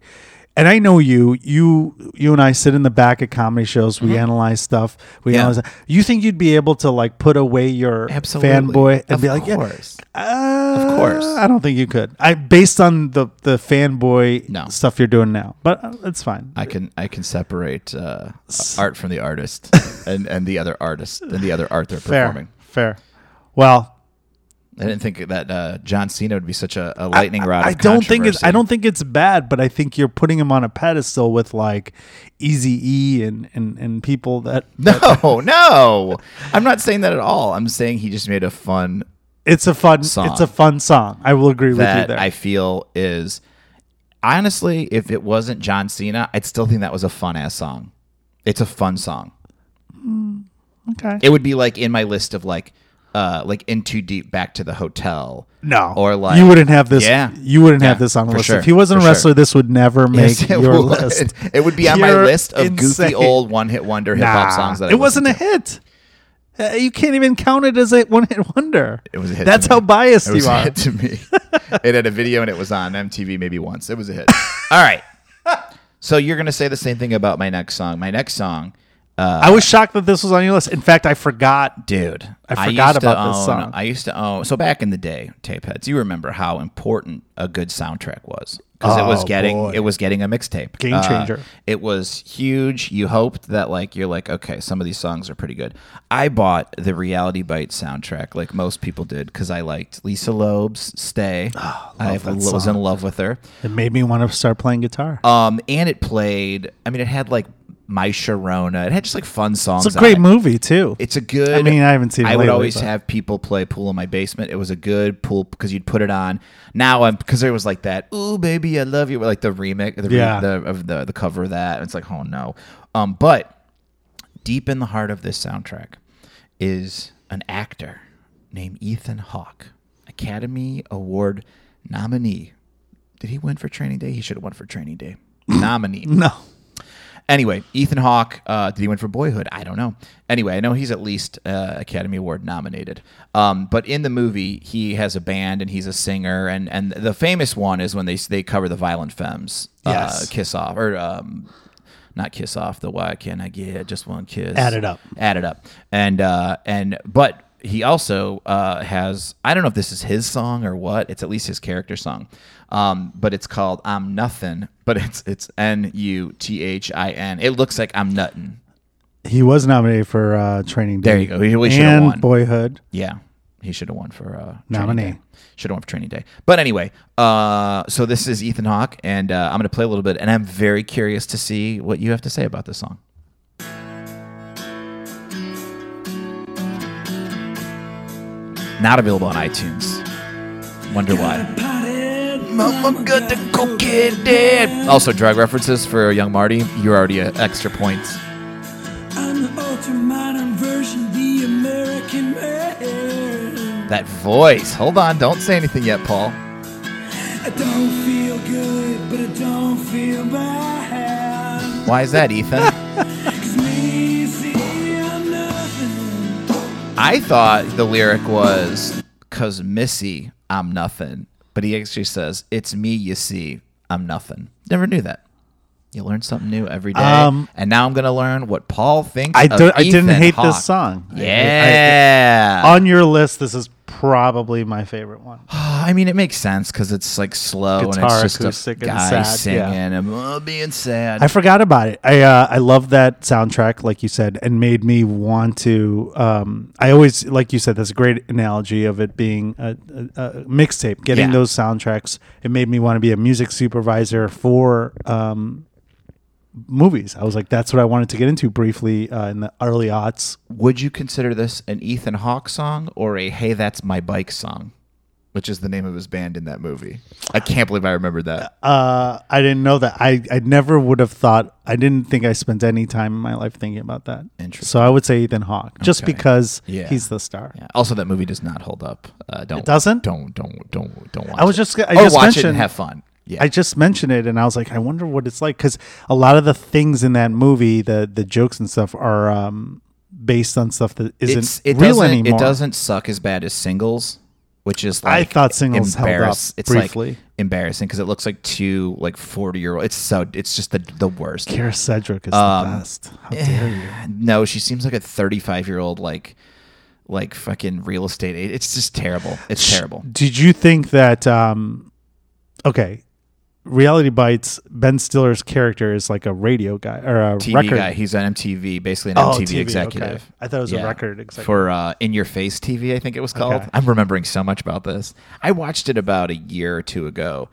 S2: And I know you, you, you and I sit in the back at comedy shows. We analyze stuff. We
S1: Mm-hmm. Yeah.
S2: analyze. You think you'd be able to like put away your
S1: Absolutely.
S2: fanboy and
S1: Of
S2: be like,
S1: course.
S2: yeah, uh,
S1: Of course.
S2: I don't think you could. I based on the the fanboy
S1: No.
S2: stuff you're doing now, but uh, it's fine.
S1: I can I can separate uh, art from the
S2: [laughs]
S1: artist and, and the other artist and the other art they're
S2: fair,
S1: performing.
S2: fair. Well,
S1: I didn't think that uh, John Cena would be such a, a lightning rod.
S2: I
S1: of
S2: don't think it's I
S1: controversy.
S2: don't think it's bad, but I think you're putting him on a pedestal with like Easy E and, and and people that
S1: [laughs] No, no, I'm not saying that at all. I'm saying he just made a fun
S2: it's a fun
S1: Song.
S2: it's a fun song. I will agree with you
S1: that
S2: there.
S1: I feel is honestly, if it wasn't John Cena, I'd still think that was a fun ass song. It's a fun song.
S2: okay.
S1: It would be like in my list of like, uh, like in too deep, back to the hotel.
S2: no,
S1: or like
S2: you wouldn't have this.
S1: Yeah.
S2: you wouldn't have
S1: Yeah,
S2: this on the
S1: for
S2: list.
S1: sure,
S2: If he wasn't a
S1: for sure.
S2: wrestler, this would never make
S1: Yes, it
S2: your
S1: would.
S2: list.
S1: [laughs] It would be on my
S2: You're
S1: list of
S2: insane.
S1: goofy old one hit wonder hip hop
S2: Nah,
S1: songs that I
S2: it wasn't a
S1: listen to.
S2: hit. Uh, you can't even count it as a one hit wonder.
S1: It was a hit.
S2: That's
S1: to me.
S2: how biased
S1: it was
S2: you
S1: a
S2: are.
S1: hit to
S2: [laughs]
S1: me. it had a video and it was on MTV maybe once. It was a hit. All
S2: [laughs]
S1: right. So you're gonna say the same thing about my next song. My next song,
S2: I was shocked that this was on your list. In fact, I forgot.
S1: dude.
S2: I forgot
S1: used to
S2: about this
S1: own-
S2: song.
S1: I used to own. So back in the day, tape heads, you remember how important a good soundtrack was because it was
S2: Oh,
S1: getting
S2: boy.
S1: it was getting a mixtape.
S2: Game
S1: Uh,
S2: changer.
S1: it was huge. You hoped that like you're like okay, some of these songs are pretty good. I bought the Reality Bite soundtrack like most people did because I liked Lisa Loeb's Stay. I
S2: Ah, that
S1: was
S2: song.
S1: in love with her.
S2: It made me want to start playing guitar.
S1: Um, and it played. I mean, it had like My Sharona. It had just like fun songs.
S2: It's a
S1: on
S2: great
S1: it.
S2: movie too.
S1: It's a good.
S2: I mean, I haven't seen it
S1: I would
S2: lately,
S1: always
S2: but-
S1: have people play pool in my basement. It was a good pool because you'd put it on. Now I'm because there was like that. Ooh, baby, I love you. Like the remix, the, re-
S2: Yeah.
S1: the of the the cover of that. And it's like, oh no. Um, but deep in the heart of this soundtrack is an actor named Ethan Hawke, Academy Award nominee. Did he win for Training Day? He should have won for Training
S2: [laughs]
S1: Day. nominee.
S2: no.
S1: Anyway, Ethan Hawke, uh, did he win for Boyhood? I don't know. Anyway, I know he's at least uh, Academy Award nominated. Um, but in the movie, he has a band and he's a singer, and and the famous one is when they they cover the Violent Femmes,
S2: Yes.
S1: uh, Kiss Off, or um, not Kiss Off, the Why Can't I Get Just One Kiss?
S2: Add it up.
S1: Add it up, and uh, and but. He also uh, has I don't know if this is his song or what. It's at least his character song, um, but it's called "I'm Nothing." But it's it's N U T H I N. It looks like I'm nuttin'.
S2: He was nominated for uh, Training Day.
S1: There you go. He- we should've
S2: and
S1: won.
S2: Boyhood.
S1: Yeah, he should have won for uh, Training
S2: Nominee.
S1: Day. Should have won for Training Day. But anyway, uh, so this is Ethan Hawke, and uh, I'm going to play a little bit, and I'm very curious to see what you have to say about this song. Not available on iTunes. Wonder why. Mama got the cocaine dead. Also, drug references for Young Marty. You're already at extra points.
S7: I'm the ultra modern version, the American man.
S1: That voice. Hold on. Don't say anything yet, Paul.
S7: I don't feel good. don't feel bad.
S1: Why is that, Ethan?
S7: 'Cause me, see, I'm nothing.
S1: I thought the lyric was, cause Missy, I'm nothing. But he actually says, it's me, you see, I'm nothing. Never knew that. You learn something new every day.
S2: Um,
S1: and now I'm going to learn what Paul thinks.
S2: I,
S1: of
S2: do, I didn't
S1: Ethan
S2: hate
S1: Hawke.
S2: this song. I- I- I-
S1: Yeah.
S2: on your list, this is probably my favorite one.
S1: I mean, it makes sense because it's like slow and
S2: Uh, Guitar,
S1: it's just
S2: acoustic,
S1: a
S2: and
S1: guy
S2: sad,
S1: singing
S2: yeah.
S1: and uh, being sad.
S2: I forgot about it. I uh, I love that soundtrack, like you said, and made me want to. Um, I always, like you said, that's a great analogy of it being a, a, a mixtape. Getting
S1: Yeah.
S2: those soundtracks, it made me want to be a music supervisor for um, movies. I was like, that's what I wanted to get into briefly uh, in the early aughts.
S1: Would you consider this an Ethan Hawke song or a Hey That's My Bike song, which is the name of his band in that movie? I can't believe I remembered that.
S2: Uh, I didn't know that. I, I never would have thought. I didn't think I spent any time in my life thinking about that.
S1: Interesting.
S2: So I would say Ethan Hawke, just
S1: Okay.
S2: because
S1: Yeah.
S2: he's the star.
S1: Yeah. Also, that movie does not hold up. Uh, don't
S2: It doesn't?
S1: Don't don't don't don't watch.
S2: I was
S1: it.
S2: just- I
S1: or
S2: just
S1: watch it and
S2: mentioned-
S1: have fun. Yeah,
S2: I just mentioned it, and I was like, I wonder what it's like because a lot of the things in that movie, the the jokes and stuff, are um, based on stuff that isn't
S1: it's, it
S2: real
S1: doesn't
S2: anymore.
S1: it doesn't suck as bad as singles, which is
S2: I
S1: like
S2: thought Singles held up
S1: It's
S2: briefly.
S1: like embarrassing because it looks like two like forty year old. It's so it's just the the worst.
S2: Kara Cedric is
S1: Um,
S2: the best. How
S1: eh,
S2: dare you?
S1: [sighs] No, she seems like a 35 year old, like, like fucking real estate. a- It's just terrible. It's terrible.
S2: Did you think that? Um, okay, Reality Bites. Ben Stiller's character is like a radio guy or a
S1: TV
S2: record
S1: guy. He's on MTV, basically an
S2: Oh,
S1: MTV,
S2: TV,
S1: executive.
S2: okay. I thought it was a record executive.
S1: for uh, In Your Face TV. I think it was called.
S2: Okay.
S1: I'm remembering so much about this. I watched it about a year or two ago,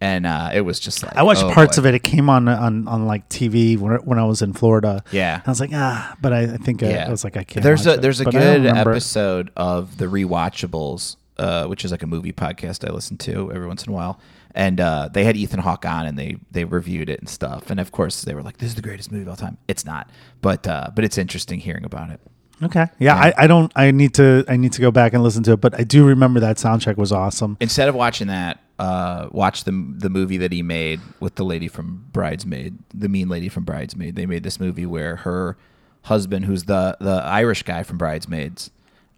S1: and uh, it was just like
S2: I watched
S1: oh,
S2: parts
S1: boy.
S2: of it. It came on on, on like TV when, when I was in Florida.
S1: Yeah.
S2: I was like, ah, but I, I think I,
S1: Yeah,
S2: I was like, I can't.
S1: There's
S2: watch
S1: a
S2: it.
S1: there's a
S2: But I don't
S1: good
S2: remember it.
S1: episode of the rewatchables, uh, which is like a movie podcast I listen to every once in a while, and uh, they had Ethan Hawke on and they they reviewed it and stuff, and of course they were like, "This is the greatest movie of all time." It's not, but uh, but it's interesting hearing about it.
S2: Okay. Yeah, I, I don't. I need to. I need to go back and listen to it. But I do remember that soundtrack was awesome.
S1: Instead of watching that, uh, watch the the movie that he made with the lady from Bridesmaid, the mean lady from Bridesmaid. They made this movie where her husband, who's the the Irish guy from Bridesmaids,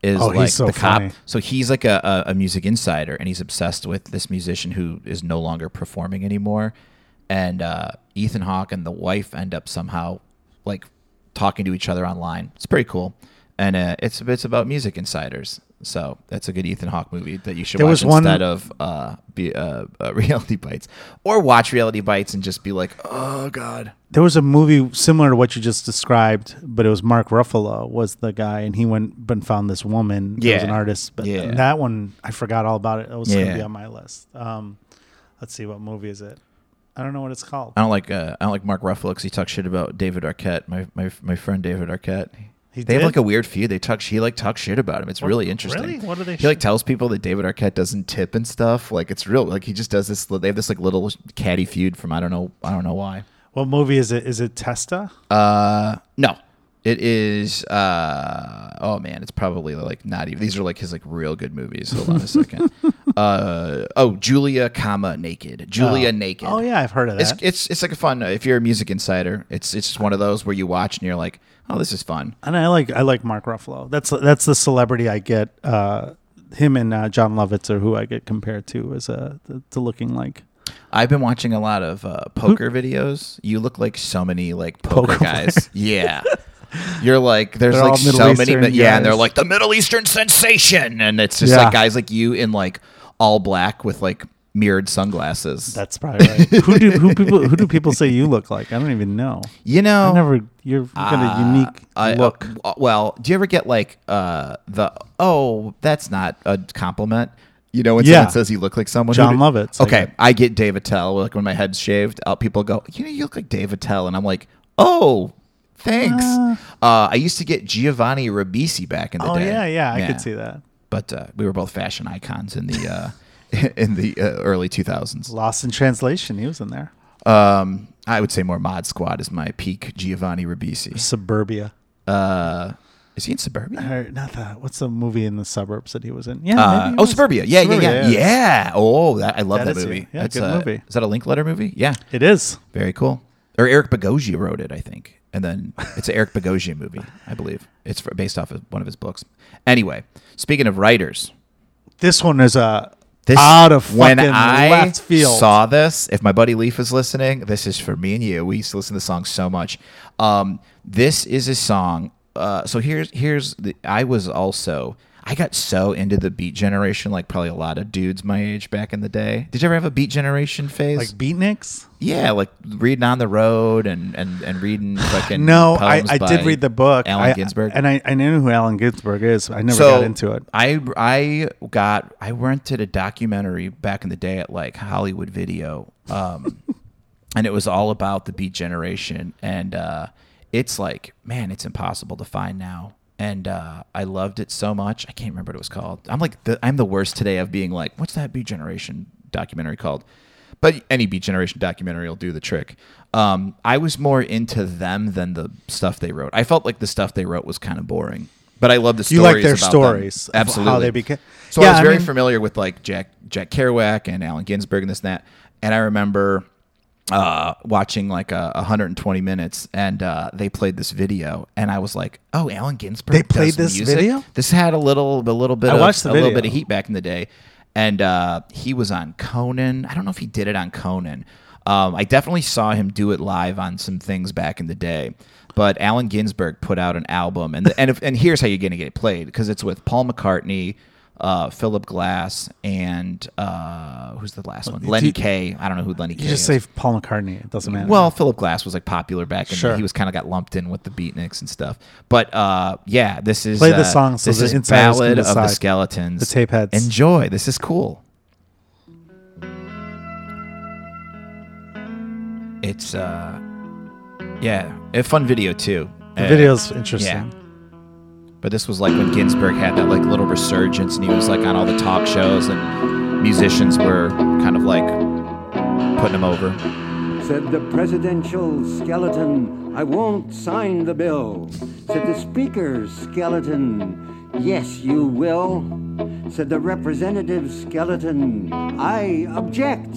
S1: is
S2: Oh, he's
S1: like
S2: so
S1: the cop.
S2: funny.
S1: So he's like a, a, a music insider, and he's obsessed with this musician who is no longer performing anymore. And uh, Ethan Hawke and the wife end up somehow like talking to each other online. It's pretty cool, and uh, it's it's about music insiders. So that's a good Ethan Hawke movie that you should
S2: There
S1: watch
S2: was one-
S1: instead of uh, be, uh, uh, [laughs] Reality Bites, or watch Reality Bites and just be like, oh god.
S2: There was a movie similar to what you just described, but it was Mark Ruffalo was the guy, and he went and found this woman. who was
S1: Yeah.
S2: an artist. But
S1: Yeah.
S2: that one, I forgot all about it. That was
S1: Yeah.
S2: gonna be on my list. Um, let's see, what movie is it? I don't know what it's called.
S1: I don't like uh, I don't like Mark Ruffalo 'cause he talks shit about David Arquette, my my, my friend David Arquette.
S2: He
S1: they have
S2: did?
S1: like a weird feud. They talk he like talks shit about him. It's really interesting.
S2: really? What do they
S1: He like
S2: shit-
S1: tells people that David Arquette doesn't tip and stuff. Like it's real. Like he just does this. They have this like little catty feud from I don't know I don't know why.
S2: What movie is it? Is it Testa?
S1: Uh no. It is uh oh man, it's probably like not even these are like his like real good movies. Hold
S2: [laughs]
S1: on a second. uh oh, Julia, comma naked. Julia naked.
S2: Oh yeah, I've heard of that.
S1: It's, it's it's like a fun uh, if you're a music insider, it's it's just one of those where you watch and you're like, "Oh, this is fun."
S2: And I like I like Mark Ruffalo. That's that's the celebrity I get. Uh, him and uh, John Lovitz are who I get compared to as uh, to, to looking like.
S1: I've been watching a lot of uh, poker videos. You look like so many like poker,
S2: Poker
S1: guys. [laughs] yeah. You're like there's
S2: They're all
S1: like so
S2: Middle
S1: many
S2: Eastern
S1: yeah, and they're
S2: guys.
S1: like the Middle Eastern sensation and it's just
S2: Yeah.
S1: like guys like you in like all black with like mirrored sunglasses.
S2: That's probably right. [laughs] who do who people who do people say you look like? I don't even know.
S1: you know,
S2: I never. You're you've got a unique
S1: Uh, I-
S2: look.
S1: uh, well, do you ever get like uh the oh that's not a compliment? You know, when
S2: Yeah.
S1: someone says you look like someone.
S2: John
S1: who
S2: Lovitz, I
S1: Okay,
S2: get.
S1: I get Dave Attell. Like when my head's shaved, uh, people go, "You know, you look like Dave Attell," and I'm like, "Oh, thanks." Uh, I used to get Giovanni Ribisi back in the
S2: Ah. oh
S1: day.
S2: yeah, yeah, I could see that.
S1: But uh, we were both fashion icons in the
S2: [laughs]
S1: uh, in the uh, early 2000s.
S2: Lost in Translation. He was in there.
S1: Um, I would say more Mod Squad is my peak Giovanni Ribisi.
S2: Suburbia.
S1: Is he in Suburbia?
S2: Or not that. What's the movie in the suburbs that he was in? Yeah.
S1: Uh,
S2: maybe it
S1: oh,
S2: was-
S1: Suburbia. Yeah, yeah, yeah, yeah. Oh, that, I love
S2: That
S1: that,
S2: is you.
S1: movie.
S2: Yeah,
S1: That's
S2: good
S1: a,
S2: movie.
S1: Is that a link letter movie? Yeah,
S2: It is.
S1: very cool. Or Eric Bogosian wrote it, I think. And
S2: [laughs]
S1: then it's an Eric Bogosian movie, I believe. It's fr- based off of one of his books. Anyway, speaking of writers,
S2: This one is a
S1: this
S2: out of fucking
S1: when I
S2: left field.
S1: saw this. If my buddy Leaf is listening, this is for me and you. We used to listen to the song so much. Um, this is a song. Uh, so here's here's the. I was also I got so into the Beat Generation, like probably a lot of dudes my age back in the day. Did you ever have a Beat Generation phase?
S2: like beatniks.
S1: yeah, like reading on the road and and and
S2: [sighs]
S1: reading fucking.
S2: No, I,
S1: poems
S2: I did
S1: by
S2: read the book.
S1: Allen
S2: I-
S1: Ginsberg
S2: and I, I knew who Allen Ginsberg is. I never got into it.
S1: I I got I rented a documentary back in the day at like Hollywood Video, um, and it was all about the Beat Generation, and uh, it's like man, it's impossible to find now. And uh, I loved it so much. I can't remember what it was called. I'm like the, I'm the worst today of being like, what's that Beat Generation documentary called? But any Beat Generation documentary will do the trick. Um, I was more into them than the stuff they wrote. I felt like the stuff they wrote was kind of boring, but I love the
S2: You like their
S1: about them.
S2: stories of how
S1: absolutely.
S2: they beca-
S1: So
S2: Yeah,
S1: I was
S2: I
S1: very
S2: mean-
S1: familiar with like Jack Jack Kerouac and Allen Ginsberg and this and that. And I remember uh, watching like a 120 minutes, and uh, they played this video, and I was like, "Oh, Allen Ginsberg."
S2: They played
S1: does
S2: this
S1: music?
S2: video?
S1: This had a little, a little bit.
S2: I
S1: of,
S2: watched the
S1: a little
S2: video.
S1: bit of heat back in the day, and uh, he was on Conan. I don't know if he did it on Conan. Um, I definitely saw him do it live on some things back in the day. But Allen Ginsberg put out an album, and the, and if, and here's how you're gonna get it played because it's with Paul McCartney, uh, Philip Glass, and uh, who's the last one? Lenny
S2: you-
S1: Kaye. I don't know who Lenny Kaye
S2: You just
S1: is.
S2: say Paul McCartney. It doesn't matter.
S1: Well, Philip Glass was like popular back in.
S2: Sure.
S1: The, he was kind of got lumped in with the Beatniks and stuff. But uh, yeah, this is
S2: Play the
S1: uh,
S2: song so
S1: this
S2: the
S1: is
S2: insiders can
S1: Ballad of the
S2: decide.
S1: Skeletons.
S2: The tape heads.
S1: Enjoy. This is cool. It's uh, yeah, a fun video too.
S2: the
S1: Uh,
S2: video's interesting.
S1: but this was like when Ginsberg had that like little resurgence, and he was like on all the talk shows, and musicians were kind of like putting him over.
S8: Said the presidential skeleton, I won't sign the bill. Said the speaker's skeleton, yes, you will. Said the representative skeleton, I object.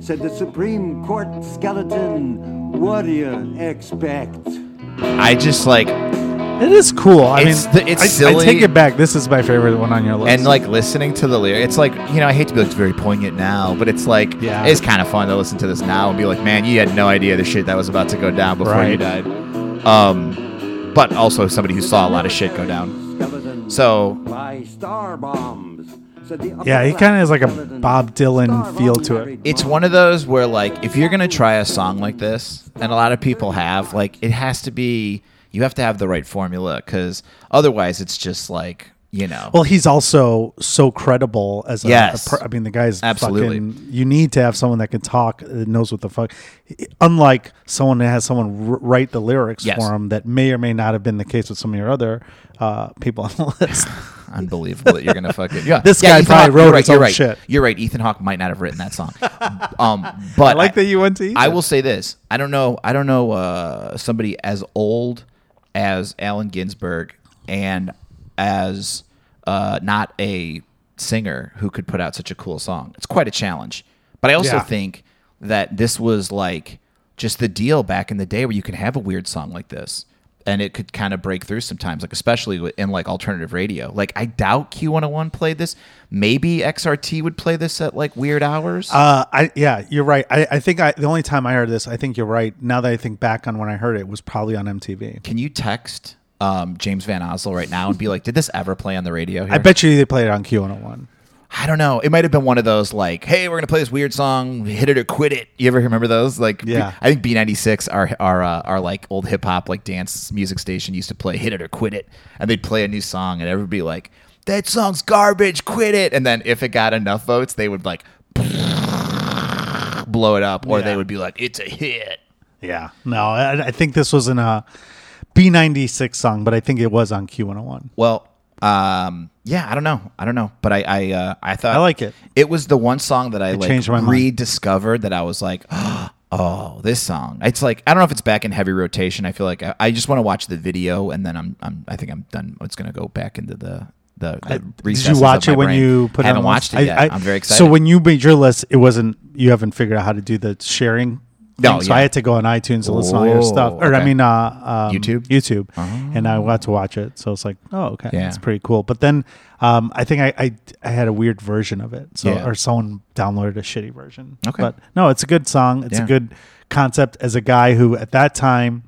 S8: Said the Supreme Court skeleton, what do you expect?
S1: I just like
S2: It is cool. I
S1: It's
S2: mean,
S1: the- it's
S2: I, I
S1: silly.
S2: take it back. This is my favorite one on your list.
S1: and like listening to the lyric it's like you know i hate to be like it's very poignant now but it's like
S2: Yeah.
S1: it's kind of fun to listen to this now and be like man you had no idea the shit that was about to go down before you
S2: Right.
S1: died um but also somebody who saw a lot of shit go down
S8: Skeleton
S1: so
S8: by star bombs. Said the
S2: Yeah, he kinda has like a
S8: skeleton,
S2: Bob Dylan
S8: star
S2: feel
S8: bomb
S2: to it.
S8: married
S1: it's
S8: bomb.
S1: one of those where like if you're gonna try a song like this and a lot of people have like it has to be you have to have the right formula because otherwise it's just like you know
S2: well, he's also so credible as a,
S1: Yes.
S2: a per- I mean, the guy's
S1: Absolutely.
S2: Fucking, you need to have someone that can talk, that knows what the fuck. Unlike someone that has someone r- write the lyrics
S1: Yes.
S2: for him, that may or may not have been the case with some of your other uh, people on the [laughs] list.
S1: unbelievable that you're gonna fucking yeah.
S2: This
S1: Yeah,
S2: guy
S1: Ethan
S2: probably
S1: Hawke,
S2: wrote
S1: you're
S2: his
S1: right, you're
S2: own
S1: right.
S2: shit.
S1: You're right. Ethan Hawke might not have written that song, um, but
S2: [laughs] I like that you went to.
S1: I
S2: Ethan.
S1: will say this: I don't know. I don't know uh, somebody as old as Allen Ginsberg and as uh, not a singer who could put out such a cool song. It's quite a challenge. But I also
S2: Yeah.
S1: think that this was like just the deal back in the day where you could have a weird song like this and it could kind of break through sometimes like especially wi- in like alternative radio like i doubt q101 played this maybe xrt would play this at like weird hours
S2: Uh, I yeah, you're right. I, I think I the only time I heard this, I think you're right. Now that I think back on when I heard it, was probably on MTV.
S1: Can you text um, James Van Osel right now and be like, did this ever play on the radio? Here?
S2: I bet you they played it on Q101.
S1: I don't know. It might have been one of those like, hey, we're gonna play this weird song, hit it or quit it. You ever remember those? Like, B-
S2: Yeah.
S1: I think B ninety six, our our uh, our like old hip hop like dance music station used to play hit it or quit it, and they'd play a new song, and everybody would be like, that song's garbage, quit it. And then if it got enough votes, they would like [laughs] blow it up, or they would be like, it's a hit.
S2: Yeah, no, I, I think this was in a B96 song, but I think it was on Q101.
S1: Well, um, yeah, I don't know, I don't know, but I, I, uh, I thought
S2: I like it.
S1: It was the one song that I like
S2: changed my mind.
S1: rediscovered that I was like, [gasps] oh, this song. It's like I don't know if it's back in heavy rotation. I feel like I, I just want to watch the video and then I'm I'm I think I'm done. It's gonna go back into the the, the
S2: Did
S1: recesses
S2: you
S1: of
S2: watch
S1: my
S2: it when
S1: brain.
S2: you put it
S1: I haven't
S2: on
S1: watched
S2: last-
S1: it yet. I, am very excited.
S2: So when you made your list, it wasn't you haven't figured out how to do the sharing.
S1: No,
S2: thing, so
S1: yeah.
S2: I had to go on iTunes and listen to all your stuff,
S1: Whoa,
S2: or I
S1: okay.
S2: mean, uh, um,
S1: YouTube? Oh.
S2: YouTube, and I got to watch it. So it's like, oh, okay,
S1: Yeah.
S2: that's pretty cool. But then um, I think I, I I had a weird version of it, so
S1: Yeah.
S2: or someone downloaded a shitty version.
S1: Okay.
S2: but no, it's a good song. It's
S1: Yeah.
S2: a good concept. As a guy who at that time.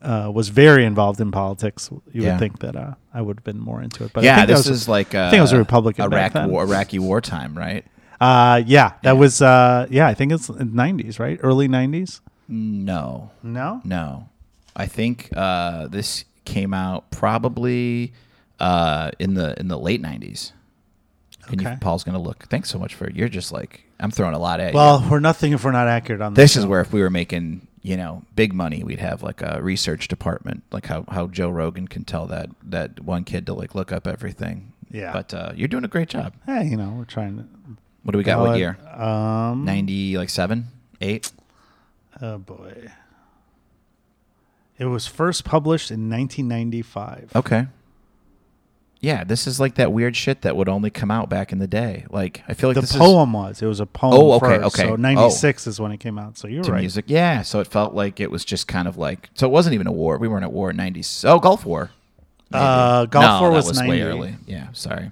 S2: Uh, was very involved in politics. You
S1: Yeah.
S2: would think that uh, I would have been more into it, but I
S1: yeah,
S2: think that
S1: this
S2: was-
S1: is like uh,
S2: I think it was a Republican
S1: Iraq
S2: back then.
S1: war, Iraqi wartime, right?
S2: Uh, yeah, that was uh, yeah. I think it's nineties, right? Early nineties.
S1: No,
S2: No,
S1: no. I think uh, this came out probably uh, in the in the late '90s. And you-
S2: Okay.
S1: Paul's gonna look. Thanks so much for you're just like I'm throwing a lot at you.
S2: Well, we're nothing if we're not accurate on this.
S1: This is where if we were making, you know, big money, we'd have like a research department, like how, how Joe Rogan can tell that that one kid to like look up everything.
S2: Yeah.
S1: But uh, you're doing a great job.
S2: Hey, you know, we're trying to.
S1: What do we got?
S2: Uh,
S1: what year? Um, ninety like seven, eight.
S2: Oh boy, it was first published in nineteen ninety five.
S1: Okay. Yeah, this is like that weird shit that would only come out back in the day. Like I feel like
S2: The
S1: this
S2: poem was it was a poem.
S1: Oh, okay,
S2: first,
S1: okay.
S2: So
S1: Oh.
S2: ninety six is when it came out. So you're
S1: is to
S2: right.
S1: music. Yeah, so it felt like it was just kind of like so it wasn't even a war. We weren't at war in ninety. Oh, Gulf War. maybe.
S2: Uh, Gulf
S1: No,
S2: War
S1: that
S2: was,
S1: way
S2: 90.
S1: early. Yeah, sorry.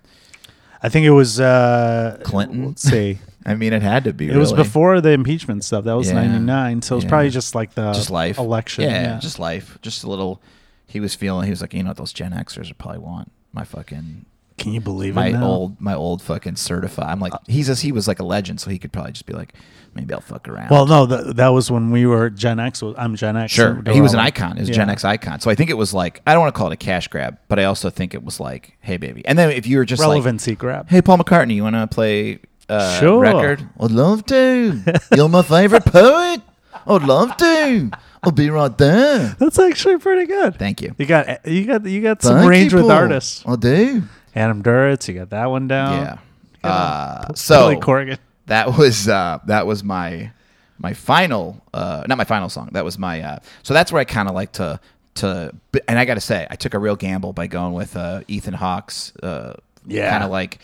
S2: I think it was uh,
S1: Clinton? [laughs]
S2: Let's see,
S1: I mean, it had to be.
S2: it was before the impeachment stuff. That was
S1: Yeah.
S2: ninety nine. So it was
S1: Yeah.
S2: probably just like the
S1: just life
S2: uh, election.
S1: Yeah, just life. Just a little. He was feeling. He was like, you know, what those Gen Xers would probably want my fucking
S2: can you believe
S1: my
S2: it? now?
S1: old my old fucking certified. I'm like, he's a, he was like a legend, so he could probably just be like, maybe I'll fuck around.
S2: Well, no, that, that was when we were Gen X. was- I'm Gen X.
S1: sure,
S2: so they
S1: he
S2: were
S1: was an
S2: all-
S1: icon. He was a
S2: Yeah.
S1: Gen X icon. So I think it was like I don't want to call it a cash grab, but I also think it was like, hey baby. And then if you were just like,
S2: relevancy grab.
S1: Hey, Paul McCartney, you want to play uh,
S2: Sure.
S1: record? I'd love to.
S2: [laughs]
S1: You're my favorite poet. I'd love to. I'll be right there.
S2: That's actually pretty good.
S1: Thank you.
S2: You got you got you got some
S1: Thank you,
S2: range with
S1: Paul.
S2: artists.
S1: I do.
S2: Adam Duritz, you got that one down.
S1: Yeah.
S2: You know,
S1: Uh,
S2: P-
S1: so
S2: Billy Corgan.
S1: that was uh, that was my my final uh, not my final song. That was my uh, so that's where I kind of like to to but- and I got to say I took a real gamble by going with uh, Ethan Hawke's uh,
S2: Yeah.
S1: kind of like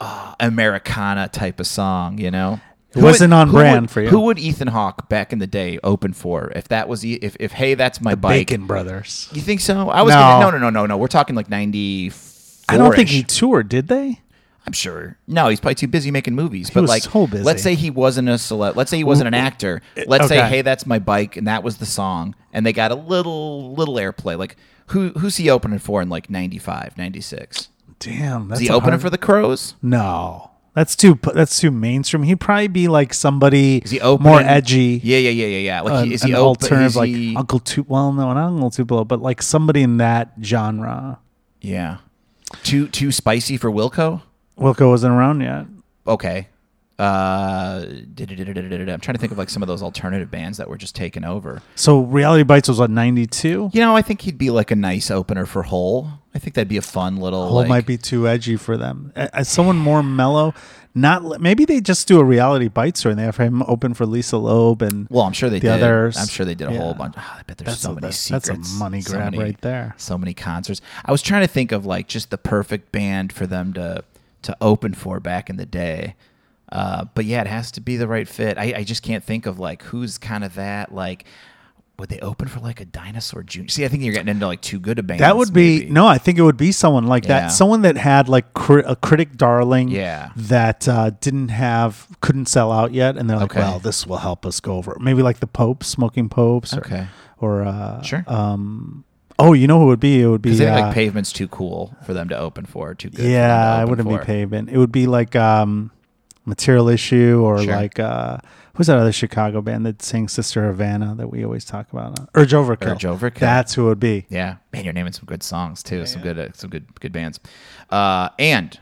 S1: uh, Americana type of song, you know.
S2: It wasn't on
S1: would-
S2: brand for you.
S1: Who would Ethan Hawke back in the day open for? If that was E- if if hey that's my bike.
S2: Bacon Brothers.
S1: You think so? I was
S2: No.
S1: gonna, no no no no no. We're talking like ninety.
S2: I don't think he toured, did they?
S1: I'm sure. No, he's probably too busy making movies. but
S2: was
S1: like,
S2: so busy. eh,
S1: let's say he wasn't a celeb. Let's say he wasn't an actor. Let's say,
S2: okay.
S1: hey, that's my bike, and that was the song, and they got a little little airplay. Like, who who's he opening for in like 95, 96?
S2: Damn, that's
S1: Is he
S2: a
S1: opening
S2: hard-
S1: for the Crows?
S2: No, that's too pu- that's too mainstream. He'd probably be like somebody
S1: Is he opening
S2: more edgy.
S1: Yeah, yeah, yeah, yeah, yeah. Like,
S2: an,
S1: he- is he
S2: an
S1: open?
S2: alternative
S1: is
S2: like
S1: he-
S2: Uncle Tupelo? Well, no, not Uncle Tupelo, but like somebody in that genre.
S1: yeah, too too spicy for Wilco.
S2: Wilco wasn't around yet.
S1: Okay. Uh, I'm trying to think of like some of those alternative bands that were just taken over.
S2: So Reality Bites was what ninety two.
S1: You know, I think he'd be like a nice opener for Hole. I think that'd be a fun little.
S2: Hole
S1: like-
S2: might be too edgy for them. A- As someone more mellow, not li- maybe they just do a Reality Bites tour and they have him open for Lisa Loeb and
S1: Well, I'm sure they
S2: the
S1: did.
S2: others.
S1: I'm sure they did a
S2: Yeah.
S1: whole bunch. Ah, I bet there's
S2: That's
S1: so
S2: a-
S1: many
S2: that's- that's
S1: secrets.
S2: a money
S1: so
S2: grab
S1: many-
S2: right there.
S1: So many concerts. I was trying to think of like just the perfect band for them to to open for back in the day. Uh, but yeah, it has to be the right fit. I, I just can't think of like who's kind of that. Like, would they open for like a dinosaur junior? See, I think you're getting into like too good a band.
S2: That would be no. I think it would be someone like
S1: Yeah.
S2: that. Someone that had like cri- a critic darling.
S1: Yeah.
S2: That uh, didn't have couldn't sell out yet, and they're like,
S1: Okay.
S2: "Well, this will help us go over." Maybe like the Pope, smoking Popes. Or,
S1: Okay.
S2: Or uh,
S1: Sure.
S2: oh, you know who it would be? It would be
S1: Because I think
S2: uh,
S1: like pavement's too cool for them to open for. Too good. for them to
S2: Yeah, I
S1: open
S2: wouldn't
S1: for.
S2: be pavement. It would be like um, material issue or
S1: Sure.
S2: like uh, who's that other Chicago band that sings Sister Havana that we always talk about? Uh, Urge Overkill.
S1: Urge Overkill.
S2: That's who it would be.
S1: Yeah, man, you're naming some good songs too. some good, uh, some good, good bands. Uh, and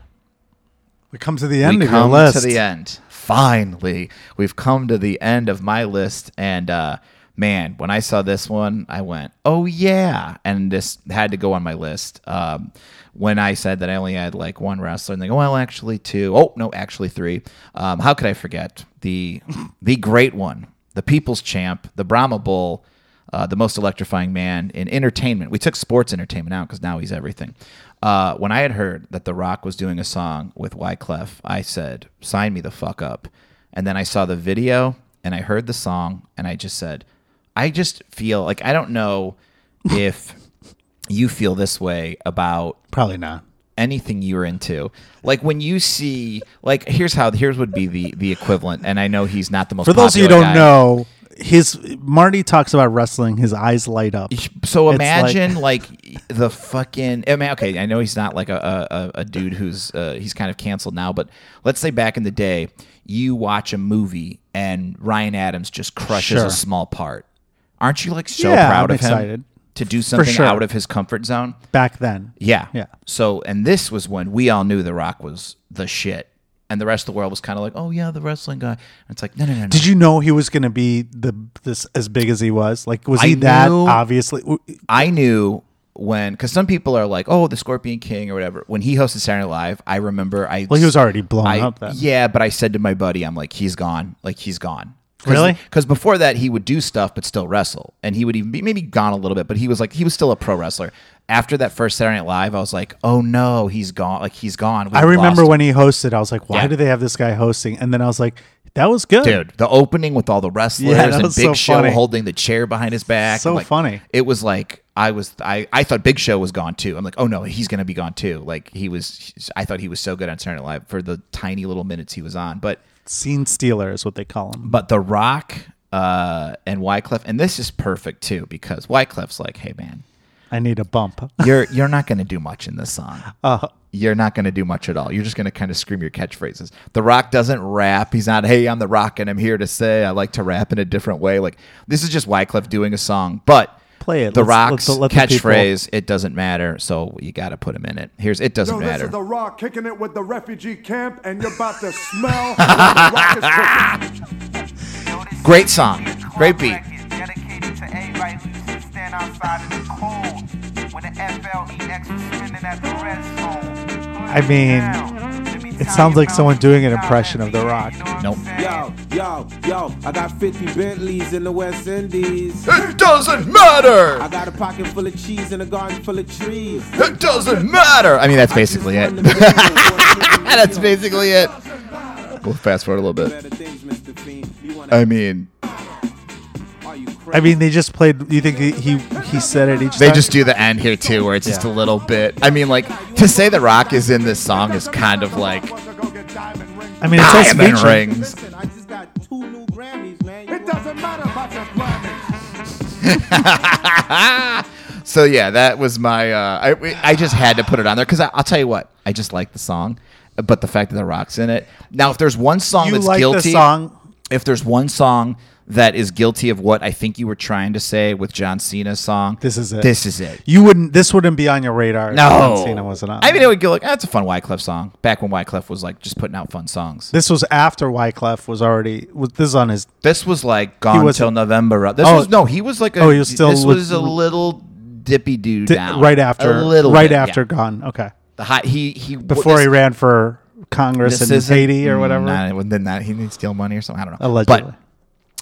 S2: We come to the end
S1: we
S2: of
S1: come
S2: your list.
S1: to the e- end. Finally, we've come to the end of my list. And uh, man, when I saw this one, I went, "Oh yeah!" And this had to go on my list. Um, when I said that I only had like one wrestler, and they go, "Well, actually two. Oh no, actually three. Um, how could I forget the the great one, the People's Champ, the Brahma Bull, uh, the most electrifying man in entertainment. We took sports entertainment out because now he's everything. Uh, when I had heard that The Rock was doing a song with Wyclef, I said, "Sign me the fuck up." And then I saw the video and I heard the song and I just said, "I just feel like I don't
S2: [laughs]
S1: know if you feel this way about
S2: Probably not.
S1: anything you're into. Like when you see, like here's how here's would be the the equivalent. And I know he's not the most.
S2: For those of you who
S1: popular
S2: don't
S1: guy.
S2: know, his Marty talks about wrestling. His eyes light up.
S1: So
S2: It's
S1: imagine like, the fucking. I mean, okay, I know he's not like a a, a- a dude who's uh, he's kind of canceled now, but let's say back in the day, you watch a movie and Ryan Adams just crushes
S2: Sure.
S1: a small part. Aren't you like so
S2: Yeah,
S1: proud
S2: I'm
S1: of him
S2: excited.
S1: to do something
S2: sure.
S1: out of his comfort zone?
S2: back then.
S1: Yeah.
S2: Yeah.
S1: So, and this was when we all knew The Rock was the shit. And the rest of the world was kind of like, oh, yeah, the wrestling guy. And it's like, no, no, no. no.
S2: Did you know he was going to be the this as big as he was? Like, was
S1: I
S2: he that
S1: knew-
S2: obviously? w-
S1: I knew when, because some people are like, oh, the Scorpion King or whatever. When he hosted Saturday Night Live, I remember I.
S2: Well, he was already blown
S1: I-
S2: up then.
S1: Yeah, but I said to my buddy, I'm like, he's gone. Like, he's gone.
S2: Really?
S1: Because before that, he would do stuff but still wrestle. And he would even be maybe gone a little bit, but he was like, he was still a pro wrestler. After that first Saturday Night Live, I was like, oh no, he's gone. Like, he's gone. We've
S2: I remember
S1: lost
S2: when he hosted. I was like, why
S1: Yeah.
S2: do they have this guy hosting? And then I was like, that was good.
S1: dude the opening with all the wrestlers
S2: Yeah, that
S1: and big
S2: was so
S1: show
S2: funny.
S1: holding the chair behind his back
S2: So
S1: like,
S2: funny.
S1: it was like i was I, I thought big show was gone too i'm like oh no he's gonna be gone too like he was i thought he was so good on saturday Night live for the tiny little minutes he was on but
S2: Scene stealer is what they call him.
S1: but the rock uh and wyclef and this is perfect too because wyclef's like hey man
S2: I need a bump. [laughs]
S1: you're you're not going to do much in this song.
S2: Uh-huh.
S1: You're not going to do much at all. You're just going to kind of scream your catchphrases. The Rock doesn't rap. He's not, "Hey, I'm the Rock, and I'm here to say I like to rap in a different way." Like this is just Wyclef doing a song, but
S2: Play it.
S1: The
S2: Let's-
S1: Rock's
S2: let the- let the people-
S1: catchphrase, "It doesn't matter," so you got to put him in it. Here's, "It doesn't
S5: Yo, this
S1: matter."
S5: is The Rock kicking it with the refugee camp, and you're
S1: [laughs]
S5: about to smell. how The Rock is cooking.
S1: Great song, great beat.
S9: Dedicated to everybody who used to stand outside in the cold when the FLEX was spinning at the red zone.
S2: I mean, it sounds like someone doing an impression of The Rock.
S1: Nope.
S5: Yo, yo, yo, I got 50 Bentleys in the West Indies.
S1: It doesn't matter.
S5: I got a pocket full of cheese and a garden full of trees.
S1: It doesn't matter. I mean, that's basically
S5: I just
S1: it.
S5: won the
S1: [laughs]
S5: million.
S1: that's basically it. We'll fast forward a little bit.
S5: Better things, Mr. Fiend. You wanna-
S1: I mean,
S5: Are you crazy?
S2: I mean, they just played. You think he he, he said it each
S1: They
S2: time?
S1: just do the end here too, where it's just a little bit. I mean, like to say the Rock is in this song is kind of like [laughs]
S2: I mean, it's also
S1: diamond
S2: featuring.
S1: rings.
S5: Listen, I just got two new Grammys, man. It doesn't matter about your Grammys.
S1: So yeah, that was my. Uh, I I just had to put it on there because I'll tell you what, I just like the song, but the fact that the Rock's in it. Now, if there's one song
S2: You
S1: that's
S2: like
S1: guilty,
S2: the song?
S1: if there's one song that is guilty of what I think you were trying to say with John Cena's song,
S2: This is it.
S1: This is it.
S2: You wouldn't. This wouldn't be on your radar. if
S1: No,
S2: John Cena wasn't on.
S1: I mean, it would go like that's a fun Wyclef song. Back when Wyclef was like just putting out fun songs.
S2: this was after Wyclef was already. Was this is on his?
S1: This was like gone
S2: wasn't-
S1: till November. This
S2: Oh.
S1: was no, he was like a,
S2: Oh, he was still
S1: This
S2: with-
S1: was a little dippy doo
S2: di-
S1: down
S2: right after.
S1: a little
S2: right
S1: bit,
S2: after
S1: yeah.
S2: Gone. Okay.
S1: the hot he he
S2: Before
S1: this-
S2: he ran for Congress in
S1: isn't- Mm,
S2: Haiti or whatever.
S1: Nah, then that he needs steal money or something. I don't know.
S2: Allegedly.
S1: But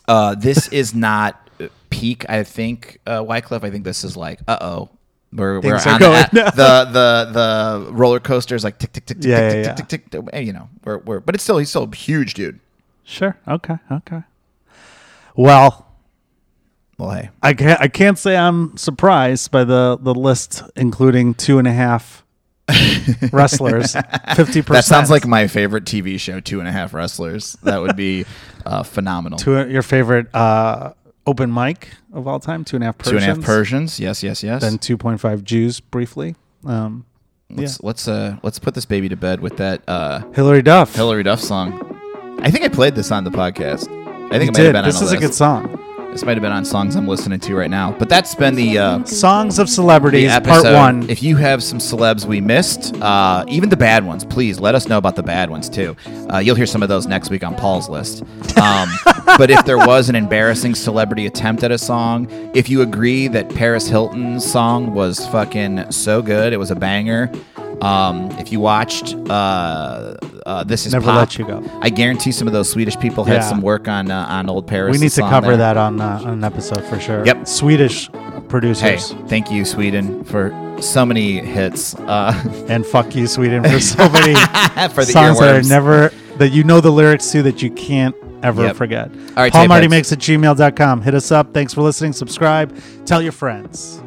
S1: uh, this is not uh, peak. I think uh, Wyclef. I think this is like uh oh. We're, we're
S2: Things are
S1: on
S2: going
S1: the, the the the roller coaster is like tick tick tick tick
S2: Yeah,
S1: tick,
S2: yeah,
S1: tick, tick tick tick. You know, we're, we're but it's still he's still a huge dude.
S2: Sure. Okay. Okay. Well,
S1: Well, hey,
S2: I can't. I can't say I'm surprised by the the list, including two and a
S1: [laughs]
S2: half wrestlers. Fifty percent.
S1: That sounds like my favorite TV show, Two and a Half Wrestlers. That would
S2: [laughs]
S1: be uh, phenomenal. Two
S2: to your favorite uh, open mic of all time. Two and a half. Persians,
S1: and a half Persians. Yes, yes, yes.
S2: Then two point five Jews briefly. Um,
S1: let's let's uh, let's put this baby to bed with that uh,
S2: Hillary Duff.
S1: Hillary Duff song. I think I played this on the podcast. I think it might
S2: did.
S1: have been
S2: This
S1: on
S2: is
S1: a
S2: a good song.
S1: song. This might have been on songs I'm listening to right now. But that's been the uh,
S2: Songs of
S1: the
S2: Celebrities,
S1: episode.
S2: part one.
S1: If you have some celebs we missed, uh, even the bad ones, please let us know about the bad ones too. Uh, you'll hear some of those next week on Paul's list.
S2: [laughs]
S1: Um, but if there was an embarrassing celebrity attempt at a song, if you agree that Paris Hilton's song was fucking so good, it was a banger. Um, if you watched uh, uh, This Is
S2: Never
S1: Pop,
S2: Let You Go.
S1: I guarantee some of those Swedish people had
S2: Yeah.
S1: some work on uh, on old Paris.
S2: We need to
S1: song
S2: cover
S1: there.
S2: that on, uh, on an episode for sure.
S1: Yep.
S2: Swedish
S1: Hey,
S2: producers.
S1: thank you, Sweden, for so many hits uh, [laughs]
S2: And fuck you, Sweden, for so many
S1: for the
S2: songs that are
S1: earworms.
S2: never, that you know the lyrics to that you can't ever
S1: Yep.
S2: forget.
S1: right,
S2: Paul
S1: tape
S2: Marty
S1: heads.
S2: makes at gmail.com. Hit us up. Thanks for listening. Subscribe. Tell your friends.